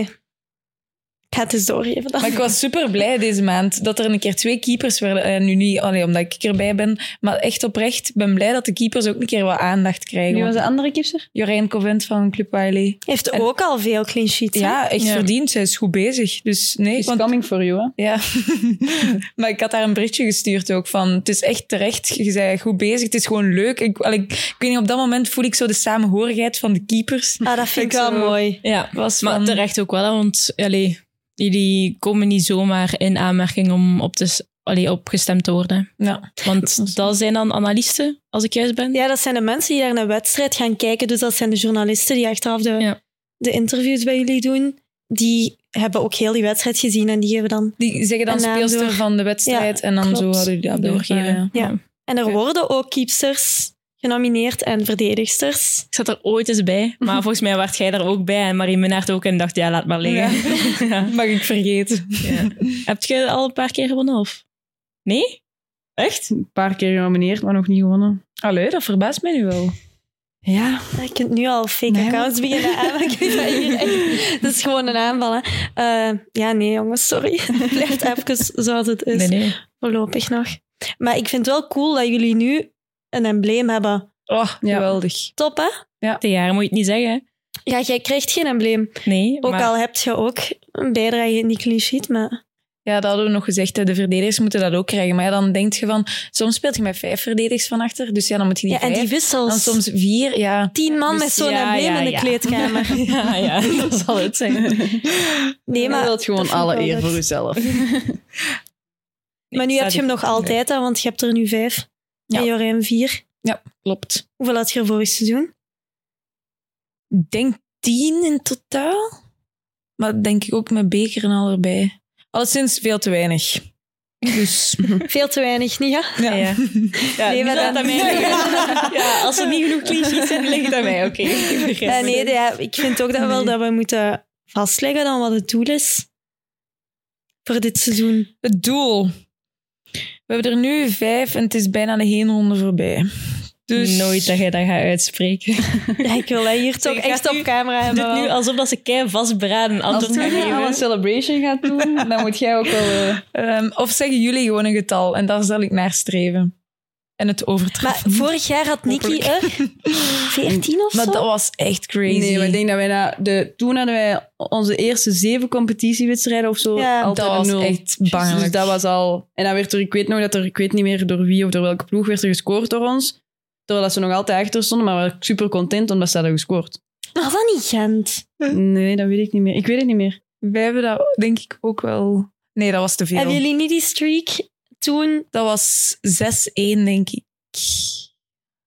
Ik ga het eens doorgeven dan. Maar ik was super blij deze maand dat er een keer twee keepers werden. En nu niet alleen omdat ik erbij ben, maar echt oprecht ben blij dat de keepers ook een keer wat aandacht krijgen. Wie was Want de andere kipster? Jorijn Covent van Club Wiley. Heeft ook al veel clean sheets. hè? Ja, echt Ja. verdiend. Zij is goed bezig. Dus nee, Is want- coming for you, hè? ja. maar ik had haar een berichtje gestuurd ook van het is echt terecht. Je bent goed bezig. Het is gewoon leuk. Ik, al, ik, ik weet niet, op dat moment voel ik zo de samenhorigheid van de keepers. Ah, dat vind ik wel Zo. mooi. Ja, Was maar van- terecht ook wel, hè, want allee, jullie komen niet zomaar in aanmerking om op de, s- allee, opgestemd te worden. Ja. Want dat zijn dan analisten, als ik juist ben. Ja, dat zijn de mensen die daar naar wedstrijd gaan kijken. Dus dat zijn de journalisten die achteraf de, Ja. de interviews bij jullie doen. Die hebben ook heel die wedstrijd gezien en die hebben dan... Die zeggen dan En dan speelster door- van de wedstrijd en dan klopt. zo hadden jullie dat doorgegeven. doorgeven. ja. Ja. En er Oké. worden ook keepsters genomineerd en verdedigsters. Ik zat er ooit eens bij, maar volgens mij werd jij er ook bij en Marie Minnaert ook. En dacht, ja, laat maar liggen. Ja. Mag ik vergeten. Heb je al een paar keer gewonnen of? Nee? Echt? Een paar keer genomineerd, maar nog niet gewonnen. Allee, dat verbaast mij nu wel. Ja, Ja, Je kunt Ah, nu al fake Nee, accounts beginnen aanmaken. Dat, hier echt- dat is gewoon een aanval. Hè. Eh, ja, nee jongens, sorry. Het blijft even zoals het is. nee. Voorlopig nog. Maar ik vind het wel cool dat jullie nu een embleem hebben. Oh, Ja. geweldig. Top, hè? De jaren moet je het niet zeggen. hè? Ja, jij krijgt geen embleem. Nee, Ook maar al heb je ook een bijdrage in die clean sheet, maar... Ja, dat hadden we nog gezegd. hè. De verdedigers moeten dat ook krijgen. Maar ja, dan denk je van, soms speelt je met vijf verdedigers van achter. Dus ja, dan moet je die Ja, en die vijf. Dan wissels. soms vier, ja. Tien man Dus met zo'n ja, embleem ja, in de ja. kleedkamer. ja, ja, dat zal het zijn. Nee, je maar... wilt gewoon dat vind alle ik wel eer leuk. voor jezelf. Maar nu heb je hem nog altijd, hè, want je hebt er nu vijf. Ja. En Jorijn vier. Klopt. Hoeveel had je er vorig seizoen? Ik denk tien in totaal. Maar denk ik ook met beker en al erbij. Alleszins veel te weinig. Dus... Veel te weinig, niet ja? Ja, ja. ja, Nee, nu maar zal dat- het aan mij Nee. liggen. ja, als er niet genoeg clichés zijn, ligt het aan mij. Oké, ik begrijp Ja, het. nee, ja, ik vind ook dat, wel dat we moeten vastleggen dan wat het doel is voor dit seizoen. Het doel. We hebben er nu vijf en het is bijna de heenronde voorbij. Dus Nooit dat jij dat gaat uitspreken. Ja, ik wil dat hier toch je echt gaat op nu- camera hebben. Dit nu wel. alsof dat ze kei vastberaden Als antwoord gaan je geven. aan een celebration gaat doen, dan moet jij ook wel... eh, Ehm, of zeggen jullie gewoon een getal en daar zal ik naar streven. En het Maar overtreffen. vorig jaar had Nikki er 14 of Maar zo. dat was echt crazy. Nee, maar ik denk dat wij na de, toen hadden wij onze eerste zeven competitiewedstrijden of zo Ja. altijd dat was een nul. echt bangelijk. Dus dat was al... En dan werd er, ik weet nog dat er, ik weet niet meer door wie of door welke ploeg, werd er gescoord door ons. Terwijl dat ze nog altijd achter stonden, maar we waren super content omdat ze hadden gescoord. Was dat niet Gent? Nee, dat weet ik niet meer. Ik weet het niet meer. Wij hebben dat denk ik ook wel... Nee, dat was te veel. Hebben jullie niet die streak toen? Dat was 6-1, denk ik.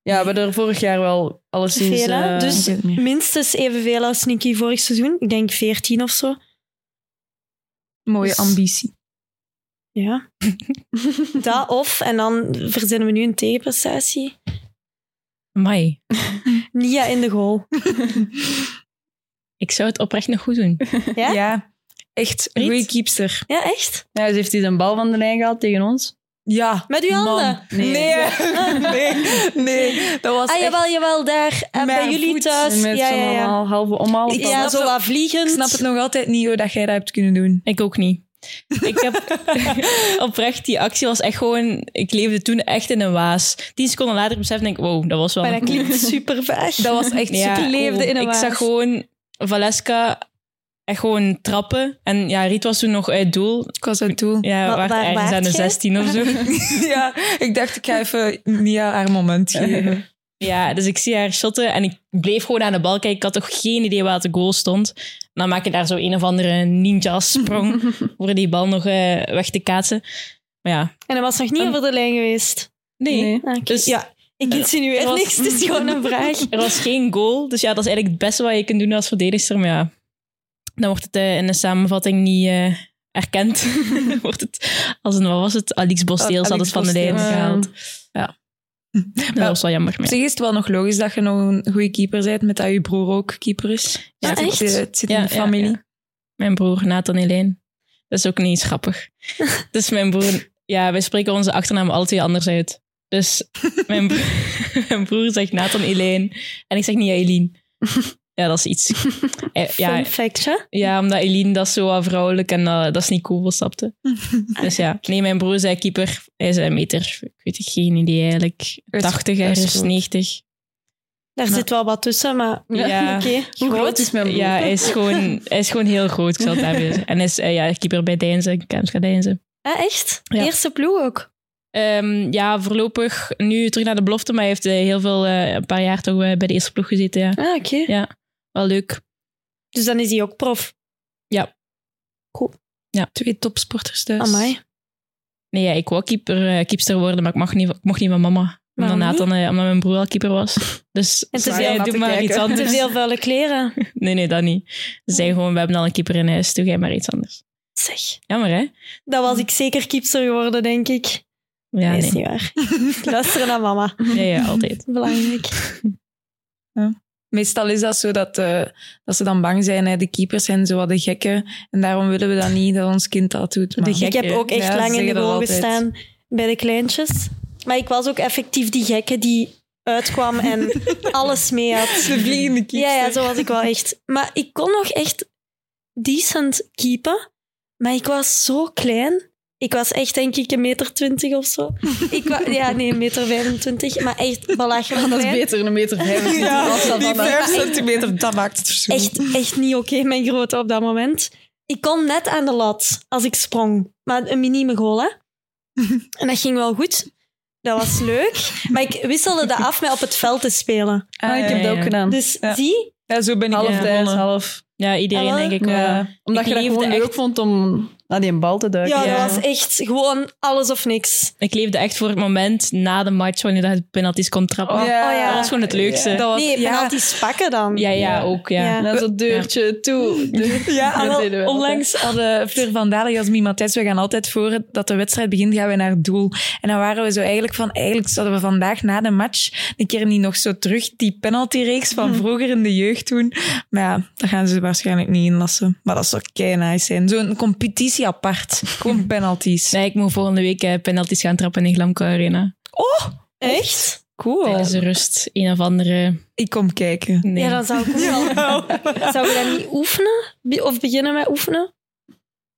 Ja, we er vorig jaar wel alleszins... Veel, hè? eh, Dus- Ik weet het niet. Minstens evenveel als Nikki vorig seizoen. Ik denk 14 of zo. Mooie dus- ambitie. Ja. dat of, en dan verzinnen we nu een tegenprestatie. Mai, Nia in de goal. ik zou het oprecht nog goed doen. Ja? Echt een Riet? goede keepster. Ja, echt? Ja, ze heeft hij een bal van de lijn gehaald tegen ons. Ja. Met uw Man. handen? Nee. Nee. nee, Dat was Ah, echt... jawel, jawel, daar. En Met bij een jullie voet thuis. Met Ja, zo'n ja, ja. normaal halve omhaal. Ik- Ja, snap zo het- wat vliegend. Ik snap het nog altijd niet hoe dat jij dat hebt kunnen doen. Ik ook niet. Ik heb oprecht, die actie was echt gewoon... Ik leefde toen echt in een waas. Tien seconden later besefte ik, wow, dat was wel... Maar dat een- klinkt super vaag. Dat was echt Ja, oh. super leefde in een Ik waas. zag gewoon Valeska echt gewoon trappen. En ja, Riet was toen nog uit doel. Ik was uit doel. Ja, Wa- we waren waar ergens waart aan de jij? 16 of zo. Ja, ik dacht ik ga even Nia haar moment geven. Ja, dus ik zie haar shotten en ik bleef gewoon aan de bal kijken. Ik had toch geen idee waar de goal stond. En dan maak ik daar zo een of andere ninja-sprong voor die bal nog eh, weg te kaatsen. Maar ja, En dat was nog niet over de lijn geweest. nee. Nee. Ah, oké. Dus- ja, ik insinueer Er was- niks. Het is gewoon een vraag. Er was geen goal, dus ja, dat is eigenlijk het beste wat je kunt doen als verdedigster. Maar ja, dan wordt het eh, in de samenvatting niet eh, erkend. wordt het als een, wat was het? Alex Bosteels had Alex het van de Eh, lijn Bosteels. gehaald. Dat was wel jammer. Op maar ja. zich is het wel nog logisch dat je nog een goede keeper bent, met dat je broer ook keeper is. Ja, Het zit- echt? eh, Het zit in Ja, de ja, familie. ja. Mijn broer Nathan Helijn. Dat is ook niet eens grappig. dus mijn broer... Ja, wij spreken onze achternaam altijd anders uit. Dus mijn broer, mijn broer zegt Nathan Helijn en ik zeg niet Eileen. Ja, dat is iets. Eh, ja, Fun fact, hè? Ja, omdat Eline dat zo wat vrouwelijk en eh, dat is niet cool snapte. dus ja, nee, mijn broer zei keeper. Hij zei een meter, ik weet het, geen idee eigenlijk. Het- 80 het is ergens, groot. 90. Daar Ja. zit wel wat tussen, maar Ja. oké. Hoe groot is mijn broer? Ja, hij is, gewoon, hij is gewoon heel groot, ik zal het hebben. En hij is eh, ja, keeper bij Deinzen, KMSK Deinzen. Ah, echt? Ja. Eerste ploeg ook. Ehm, ja, voorlopig nu terug naar de belofte, maar hij heeft eh, heel veel, eh, een paar jaar toch eh, bij de eerste ploeg gezeten. Ja. Ah, oké. Wel leuk. Dus dan is hij ook prof. Twee topsporters dus. Amai. Nee, ja, ik wou keeper, eh, keepster worden, maar ik, mag niet, ik mocht niet van mama. Omdat, Waarom Nathan, eh, omdat mijn broer al keeper was. Dus En te zei, veel- doe maar iets Te anders. veel vuile kleren. Nee, nee, dat niet. Ze zei gewoon, we hebben al een keeper in huis, doe jij maar iets anders. Zeg, Jammer, hè? dat was ik zeker kiepster geworden, denk ik. Ja, nee, is nee. niet waar. Luisteren naar mama. Ja, ja, altijd. Belangrijk. Meestal is dat zo dat, eh, dat ze dan bang zijn. Hè. De keepers zijn zo wat de gekken. En daarom willen we dan niet dat ons kind dat doet. Maar... De gek- Ik heb ook echt Ja, ze lang in zeggen de dat boog altijd. gestaan bij de kleintjes. Maar ik was ook effectief die gekke die uitkwam en alles mee had. De vliegende Ja, ja, keepster. zo was ik wel echt. Maar ik kon nog echt decent keepen. Maar ik was zo klein. Ik was echt, denk ik, een meter twintig of zo. Ik wa- ja, nee, een meter 25. Maar echt belachelijk Dat is klein. beter, een meter vijfentwintig. Als Ja, dat die dan- vijf centimeter, dat maakt het verschil. echt, echt niet oké, mijn grootte op dat moment. Ik kon net aan de lat als ik sprong. Maar een minieme goal, hè. En dat ging wel goed. Dat was leuk. Maar ik wisselde dat af met op het veld te spelen. Ah, ik heb dat ook gedaan. Dus Ja. zie, Ja, zo ben ik Half Ja. thuis, begonnen. half. Ja, iedereen Ah, denk ik eh, wel. Ja. Omdat Ik je dat leefde gewoon leuk echt- vond om naar die bal te duiken. ja, Ja. dat was echt gewoon alles of niks. Ik leefde echt voor het moment na de match, wanneer dat je de penalties kon trappen. Oh, ja. Dat was gewoon het leukste. Dat Ja, was, Nee, ja. penalties pakken dan. ja, ook, ja. Ja. En dan zo'n deurtje toe. Deur- Ja, Dat wel, deden we onlangs hadden Fleur van Dalen, Jasmin Matthijs, we gaan altijd voor het- dat de wedstrijd begint, gaan we naar het doel. En dan waren we zo eigenlijk van, eigenlijk zouden we vandaag na de match een keer niet nog zo terug die penaltyreeks van vroeger in de jeugd doen. Maar ja, dat gaan ze waarschijnlijk niet inlassen. Maar dat zou kei nice zijn. Zo'n competitie apart. Gewoon penalties. Nee, ik moet volgende week eh, penalties gaan trappen in Glamco Arena. Echt? Cool. Tijdens de rust, een of andere... Ik kom kijken. Nee. Ja, dan zou ik ook wel... zou je dat niet oefenen? Be- Of beginnen met oefenen?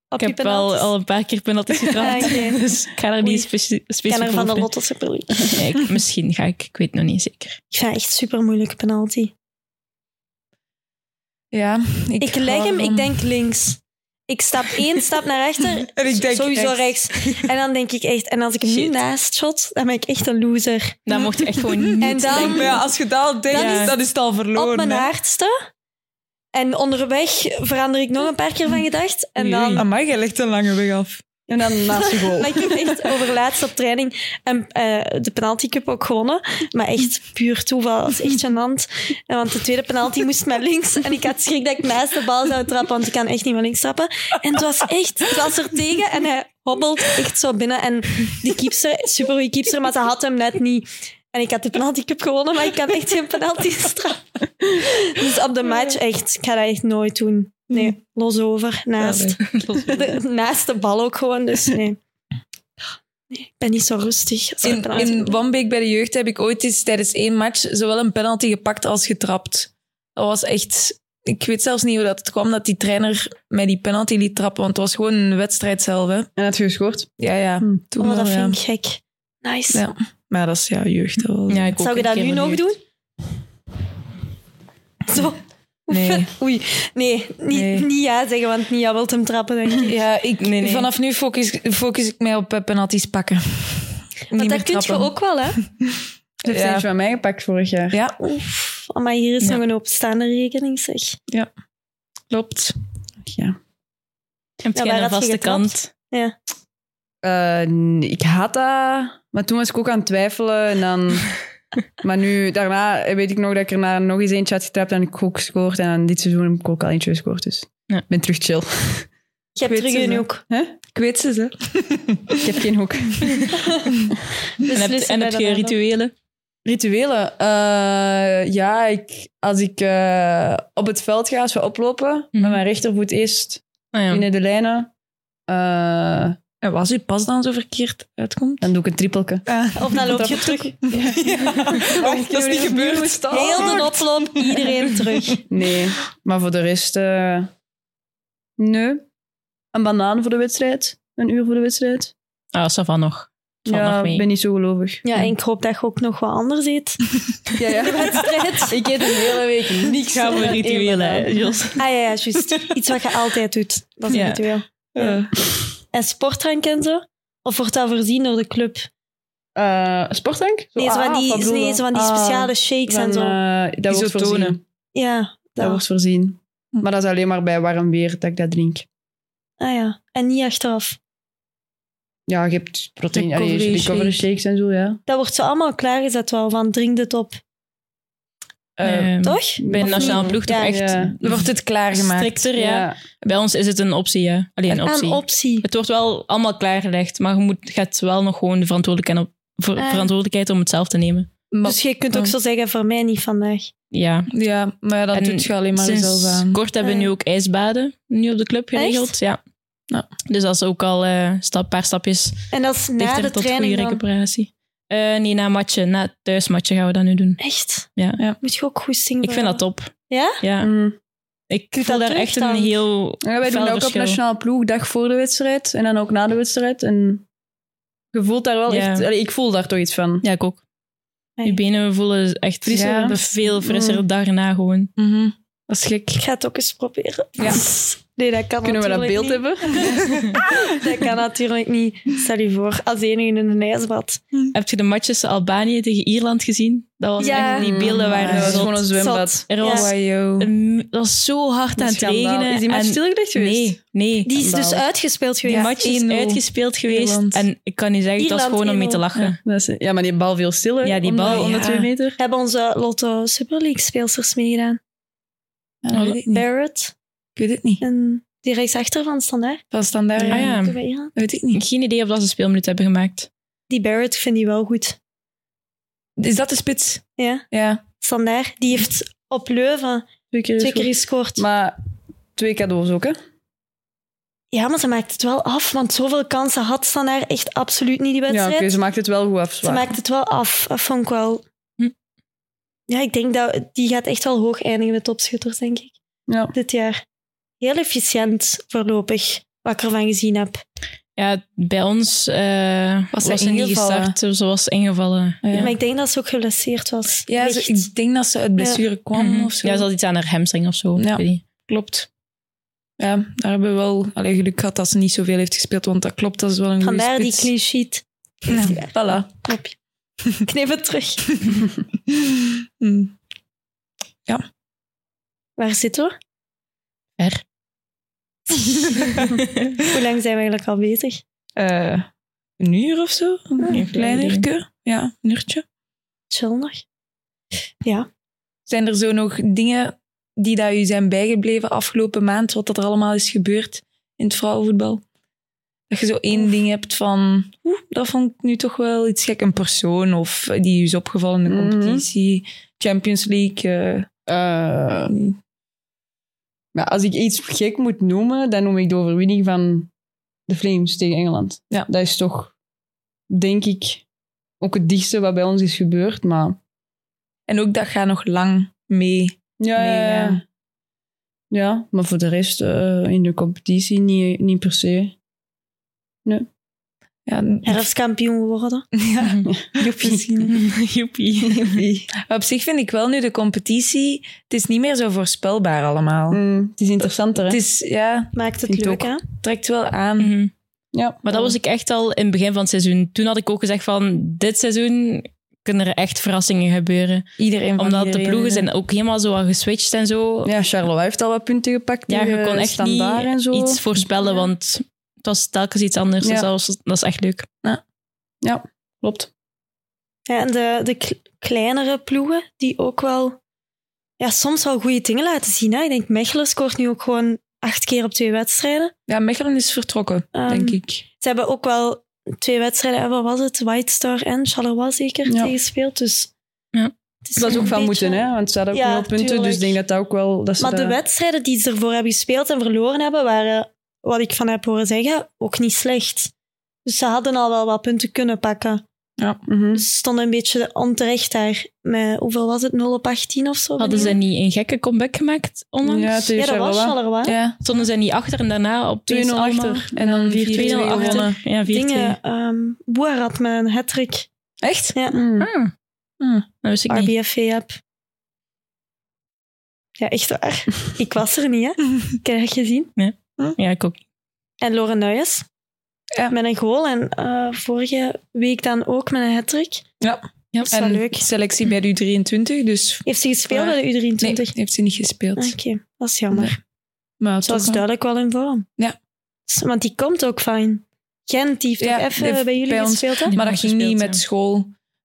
Op ik je heb wel penalties? al een paar keer penalties getrapt. Ah, oké. Dus ik ga er Oei. niet specie- Ik ken specifiek er van de over. Lotto Super League. Nee, ik- misschien ga ik, ik weet nog niet zeker. Ik vind dat echt super moeilijke penalty. Ja, ik, Ik leg hou hem, ervan. ik denk links. Ik stap één stap naar achter, En ik denk sowieso echt- rechts. En dan denk ik echt, en als ik hem nu Shit. naast shot, dan ben ik echt een loser. Dan mocht je echt gewoon niet En dan Maar ja, als je dat al denkt, Dan is- dan is het al verloren. op mijn hè. aardste. En onderweg verander ik nog een paar keer van gedacht. En Oei, dan oei. Amai, jij legt een lange weg af. En dan naast je goal. Maar ik heb echt overlaatst op training en, eh, de penalty cup ook gewonnen. Maar echt puur toeval. Dat is echt gênant. En want de tweede penalty moest met links. En ik had schrik dat ik naast de bal zou trappen, want ik kan echt niet met links trappen. En het was echt, het was er tegen en hij hobbelt echt zo binnen. En die keepster, super goede keepster, maar ze had hem net niet. En ik had de penalty cup gewonnen, maar ik kan echt geen penalty straffen. Dus op de match echt, ik ga dat echt nooit doen. Nee, los over, naast. De- naast de bal ook gewoon, dus nee. nee ik ben niet zo rustig. Als ik In, penalty- in Wambeek bij de jeugd heb ik ooit eens tijdens één match zowel een penalty gepakt als getrapt. Dat was echt... Ik weet zelfs niet hoe dat het kwam dat die trainer mij die penalty liet trappen, want het was gewoon een wedstrijd zelf. Hè. En had je gescoord? Ja, ja. Hm. Toen oh, dat wel, ja. vind ik gek. Nice. Ja. Maar dat is ja, jeugd. Dat was- Ja, ik ook Zou je een dat keer nu nog benieuwd. doen? Zo. Nee. Oei. Nee, niet, Nee. niet ja zeggen, want niet ja wilt hem trappen, denk ik. ja ik, Nee, nee. vanaf nu focus, focus ik mij op eh, penalties pakken. Want Niet dat meer kun je trappen. ook wel, hè? Ze heeft Ja. eentje van mij gepakt vorig jaar. Ja, Oef, maar hier is Ja. nog een openstaande rekening, zeg. klopt. Ja. Heb Ja, jij waar een had je vaste getrapt? kant? Eh, n- ik had dat, maar toen was ik ook aan het twijfelen. En dan, maar nu, daarna eh, weet ik nog dat ik erna nog eens eentje had getrapt en ik ook gescoord. En dan dit seizoen heb ik ook al eentje gescoord, dus Ja. ik ben terug chill. Je hebt weet terug het een wel. ook. Ik weet ze, ze. Ik heb geen hoek. En heb, Beslissen en wij heb dat je dan? rituelen? Rituelen? Eh, ja, ik, als ik eh, op het veld ga, als we oplopen, Mhm. met mijn rechtervoet eerst Ah, ja. binnen de lijnen, eh, En was uw pas dan zo verkeerd uitkomt? dan doe ik een trippelke. Of dan loop je terug. dat is niet gebeurd. Heel de oploop, iedereen terug. Nee, maar voor de rest... eh, nee. Een banaan voor de wedstrijd. Een uur voor de wedstrijd. Ah, ça va nog. Het valt Ja, nog mee. ik ben niet zo gelovig. Ja, en ik hoop dat je ook nog wat anders eet. Ja, ja. ik eet een hele week niks. Gaan we dan één banaan. rituelen, Jos? Ah ja, ja juist. Iets wat je altijd doet. Dat is een Ja. ritueel. Eh, En sportdrank en zo? Of wordt dat voorzien door de club? eh, sportdrank? Zo, Nee, zo ah, van die, wat bedoel nee, je? zo van die Ah, speciale shakes en van, zo. eh, dat wordt Isotonen. voorzien. ja, Dat wordt voorzien. Maar dat is alleen maar bij warm weer dat ik dat drink. Ah ja, en niet achteraf. Ja, je hebt proteïne, Recovery recovery, recovery shake. shakes en zo, ja. Dat wordt zo allemaal klaargezet wel, van drink dit op. Eh, Ehm, Toch? bij de Of nationale niet? ploeg toch Ja. echt Ja. Dan wordt het klaargemaakt. strikter. Ja. ja. Bij ons is het een optie, ja. Alleen een optie. Een optie. Het wordt wel allemaal klaargelegd, maar je moet, gaat wel nog gewoon de verantwoordelijkheid, op, ver- Ah. verantwoordelijkheid om het zelf te nemen. Maar- Dus je kunt ook Ja. zo zeggen, voor mij niet vandaag. Ja. Ja, maar ja, dat En doet je alleen maar Sinds zelf aan. kort hebben we nu Ah. ook ijsbaden nu op de club geregeld. Echt? Ja. Ja. Dus dat is ook al eh, stap, paar stapjes En dat is na dichter de tot goede training dan. recuperatie. Eh, nee, na matchen, na thuismatchen gaan we dat nu doen. Echt? Ja. Ja. Moet je ook goesting Ik vind dat top. Ja? Ja. Mm. Ik Doet voel dat daar terug echt een dan? heel... Ja, wij doen Fel dat ook op verschil. nationale ploeg, dag voor de wedstrijd en dan ook na de wedstrijd. En je voelt daar wel Ja. echt... allee, ik voel daar toch iets van. Ja, ik ook. Nee. Die benen voelen echt Frisser, ja, hè? veel Mm. frisser daarna gewoon. Mhm. Dat is gek. Ik ga het ook eens proberen. Ja. Nee, dat kan Kunnen we dat natuurlijk beeld niet. hebben? Dat kan natuurlijk niet. Stel je voor, als enige in een ijsbad. Heb je de matches Albanië tegen Ierland gezien? Dat was Ja. echt, die beelden Hmm. Ja, waren dat was zot. gewoon een zwembad. Zot. Er Ja. Oh, was, Wajo. een- het was zo hard aan het Schandaal. regenen. Is die match en- stilgelegd geweest? Nee, nee. Die is dus Schandaal. uitgespeeld Die geweest. match is 1-0. uitgespeeld geweest. Ierland. En ik kan niet zeggen, het was Ierland, gewoon om mee te 1-0. lachen. Dat is- ja, maar die bal viel stil, hè? Ja, die om de- bal, om de ja. twee meter. Hebben onze Lotto Super League speelsters meegedaan. Ja, dat weet ik, niet. Barrett ik weet het niet. en die rechtsachter van Standaard. Van standaard. Ah, ja. Dat Doe bij Ierland. weet ik niet. Geen idee of dat ze speelminuut hebben gemaakt. Die Barrett vind ik wel goed. Is dat de spits? Ja, Ja. Standaard. Die heeft op Leuven Twee keer is twee goed. keer gescoord. Maar twee cadeaus ook, hè? Ja, maar ze maakt het wel af, want zoveel kansen had Standaard echt absoluut niet die Ja, wedstrijd. oké, ze maakt het wel goed af, Ze zwaar. maakt het wel af. Dat vond ik wel... Hm. Ja, ik denk dat die gaat echt wel hoog eindigen met topschutters, denk ik. Ja. Dit jaar. Heel efficiënt voorlopig, wat ik ervan gezien heb. Ja, bij ons eh, Was was, ze ze niet ingevallen? gestart. Ze was ingevallen. Ja. Ja, Maar ik denk dat ze ook geblesseerd was. Ja, Licht. zo- ik denk dat ze uit blessure kwam Mhm. of zo. Ja, ze had iets aan haar hamstring of zo. ik Ja. weet niet. klopt. Ja, daar hebben we wel allee, geluk gehad dat ze niet zoveel heeft gespeeld, want dat klopt, dat is wel een goede Vandaar die spits. clean sheet. Ja, voilà. Knopje. Knip het terug. Mm. Waar zitten we? Ver. Hoe lang zijn we eigenlijk al bezig? Eh, een uur of zo? Een geen klein idee. uurtje. Ja, een uurtje. Chill nog. Zijn er zo nog dingen die dat u zijn bijgebleven afgelopen maand, wat dat er allemaal is gebeurd in het vrouwenvoetbal? Dat je zo één ding hebt van, oeh, dat vond ik nu toch wel iets gek. Een persoon of eh, die u is opgevallen in de Mhm. competitie, Champions League. eh, Eh, maar als ik iets gek moet noemen, dan noem ik de overwinning van de Flames tegen Engeland. Ja. Dat is toch, denk ik, ook het dichtste wat bij ons is gebeurd. Maar en ook dat gaat nog lang mee. ja, Nee, ja, ja. ja. Ja, maar voor de rest eh, in de competitie niet, niet per se. Ja, Herfstkampioen worden. ja. Joepie. Maar op zich vind ik wel nu de competitie, het is niet meer zo voorspelbaar allemaal. Mm, het is interessanter, hè? Het is, ja, Maakt het Vind ik leuk, ook. hè? trekt wel aan. Mhm. ja. Maar dat was ik echt al in het begin van het seizoen. Toen had ik ook gezegd van, dit seizoen kunnen er echt verrassingen gebeuren. Iedereen van Omdat de iedereen, ploegen hè. zijn ook helemaal zo al geswitcht en zo. eh, Ja, Charleroi heeft al wat punten gepakt. Ja, je tegen kon echt niet Standaard en zo. iets voorspellen, want het was telkens iets anders. Ja. Dus dat, was, dat is echt leuk. Klopt. Ja, en de, de k- kleinere ploegen die ook wel ja, soms wel goede dingen laten zien. Hè? Ik denk Mechelen scoort nu ook gewoon acht keer op twee wedstrijden. Ja, Mechelen is vertrokken, Ehm, denk ik. Ze hebben ook wel twee wedstrijden, en wat was het? White Star en Charleroi zeker Ja. tegengespeeld. Dus Ja. het Dat is ook van een beetje- moeten, hè? Want ze hadden ook Ja, nul punten, dus tuurlijk. ik denk dat dat ook wel... Dat ze Maar de dat- wedstrijden die ze ervoor hebben gespeeld en verloren hebben, waren, wat ik van heb horen zeggen, ook niet slecht. Dus ze hadden al wel wat punten kunnen pakken. Mhm. Dus ze stonden een beetje onterecht daar. Met, hoeveel was het? 0 op 18 of zo? Hadden ze niet een gekke comeback gemaakt onlangs? Ja, tegen Ja, dat was Charleroi. Charleroi. Ja, Stonden ze niet achter en daarna op 2-0 achter. En dan 4-2 4-2 gewonnen. achter. Ja, 4-2. dingen. ehm Boerat met een hat-trick. echt? Ja, Mm. Ah. Hm. Dat wist ik niet. RBFV-app. Ja, echt waar. ik was er niet, hè. Ik heb het gezien. Ja, ik ook. En Loren Nuyes. Ja. Met een goal. En eh, vorige week dan ook met een hat-trick. Ja. Ja. Dat is wel En leuk. selectie bij de U23, dus... Heeft ze gespeeld Waar? bij de U23? Nee, heeft ze niet gespeeld. Ah, Oké, dat is jammer. Maar Ze was toch eh, wel. duidelijk wel in vorm. Ja. S- Want die komt ook fijn. Gent, die heeft Ja, ook die even heeft bij jullie bij ons- gespeeld, hè? Die maar dat hebben ging niet gespeeld, met ja. school.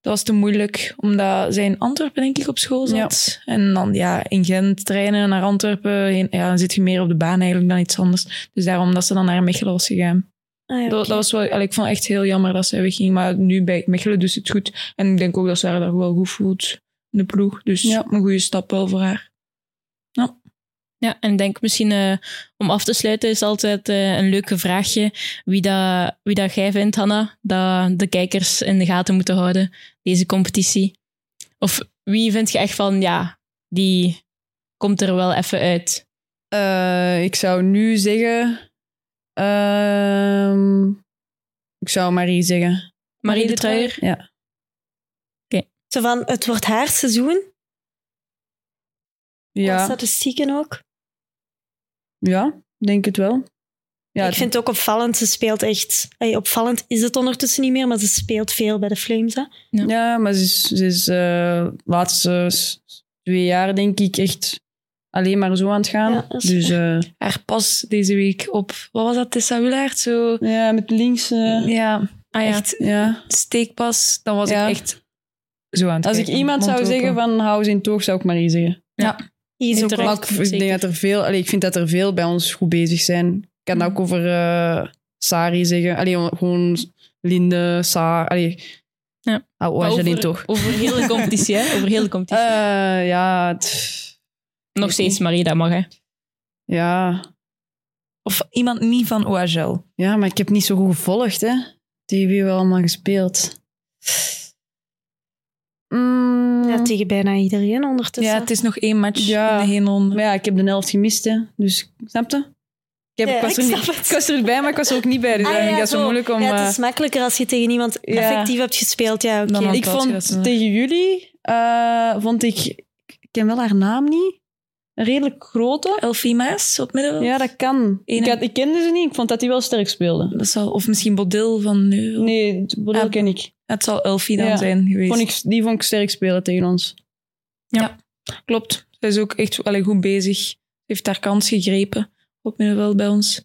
Dat was te moeilijk, omdat zij in Antwerpen, denk ik, op school zat. En dan ja, in Gent trainen naar Antwerpen. heen- ja, dan zit je meer op de baan eigenlijk dan iets anders. Dus daarom dat ze dan naar Mechelen was gegaan. Ah, ja, Dat, oké. dat was wel, allee, ik vond het echt heel jammer dat zij wegging. Maar nu bij Mechelen doet ze het goed. En ik denk ook dat ze haar daar wel goed voelt in de ploeg. Dus Ja. een goede stap wel voor haar. Ja, en ik denk misschien eh, om af te sluiten is altijd eh, een leuke vraagje. Wie dat, wie dat jij vindt, Hanna, dat de kijkers in de gaten moeten houden, deze competitie. Of wie vind je echt van, ja, die komt er wel even uit. Eh, ik zou nu zeggen. ehm, ik zou Marie zeggen. Marie de Truijer, Zo van, het wordt haar seizoen. Ja. Ja, Statistieken ook. ja, denk het wel. Ja, ik vind het ook opvallend. Ze speelt echt... Allee, opvallend is het ondertussen niet meer, maar ze speelt veel bij de Flames. Hè? Ja, maar ze is, ze is eh, laatste s- twee jaar, denk ik, echt alleen maar zo aan het gaan. Ja, dat is dus eh, Haar pas deze week op, wat was dat, Tessa Willaert? Zo, ja, met links. eh, ja, ah, ja. echt ja. steekpas. Dan was Ja. ik echt zo aan het Als ik kijken, iemand zou mond open. zeggen van hou ze in toog, zou ik Marie zeggen. Die is ook Terecht, wel- Maar ik, ik denk dat er veel, allee, ik vind dat er veel bij ons goed bezig zijn. Ik kan Mhm. ook over eh, Sari zeggen. Allee, gewoon Linde, Saar. Allee. Ja. Hou Maar oh, over- in toog. Over heel de competitie, hè? Over heel de competitie. Eh, ja, het- Eh, Nog steeds Marie, dat mag, hè? ja. Of iemand niet van OHL. ja, maar ik heb niet zo goed gevolgd, hè. Die hebben we allemaal gespeeld. Mm, ja, tegen bijna iedereen ondertussen. ja, het is nog één match Ja. in de heenronde. maar ja, ik heb de helft gemist, hè. Dus, snap je? Ik, heb, Ja, ik, was ik er niet, snap het. ik was erbij, maar ik was er ook niet bij. Dus Ah, dan vind ja, ik dat zo zo. moeilijk om... Ja, eh, het is makkelijker als je tegen iemand Ja. effectief hebt gespeeld. Ja, oké. Dan had- ik dat vond was, eh. tegen jullie, eh, vond ik, ik ken wel haar naam niet, een redelijk grote. Elfie Maas op middenveld. Ja, dat kan. Ene. Ik, had- ik kende ze niet, ik vond dat die wel sterk speelde. Dat zal, of misschien Bodil van nu. Nee, Bodil Ah, ken ik. Het zal Elfie dan Ja. zijn geweest. Vond ik. Die vond ik sterk spelen tegen ons. Klopt. Zij is ook echt allee, goed bezig. Ze heeft haar kans gegrepen op middenveld bij ons.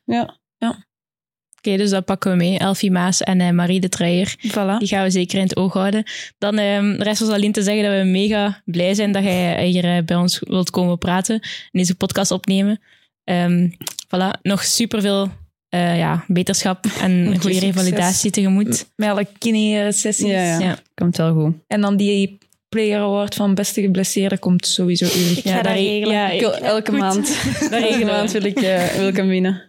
Oké, dus dat pakken we mee. Elfie Maas en eh, Marie de Truijer. Voilà. Die gaan we zeker in het oog houden. Dan ehm, rest ons alleen te zeggen dat we mega blij zijn dat jij hier eh, bij ons wilt komen praten. En deze podcast opnemen. Ehm voilà, nog superveel eh ja, beterschap en een goede succes. revalidatie tegemoet. Met alle kine-sessies. Ja, ja. Ja. Komt wel goed. En dan die Player Award van beste geblesseerde komt sowieso eerlijk. Ik ga dat re- regelen. Ja, Ik ik- wil elke goed. maand, dat elke regelen maand we. wil ik, eh, wil ik hem winnen.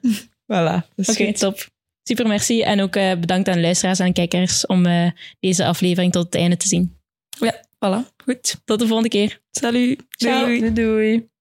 Voilà. Oké, top. Super, merci. En ook eh, bedankt aan luisteraars en kijkers om eh, deze aflevering tot het einde te zien. Voilà. Goed. Tot de volgende keer. Salut. Ciao. Doei. doei.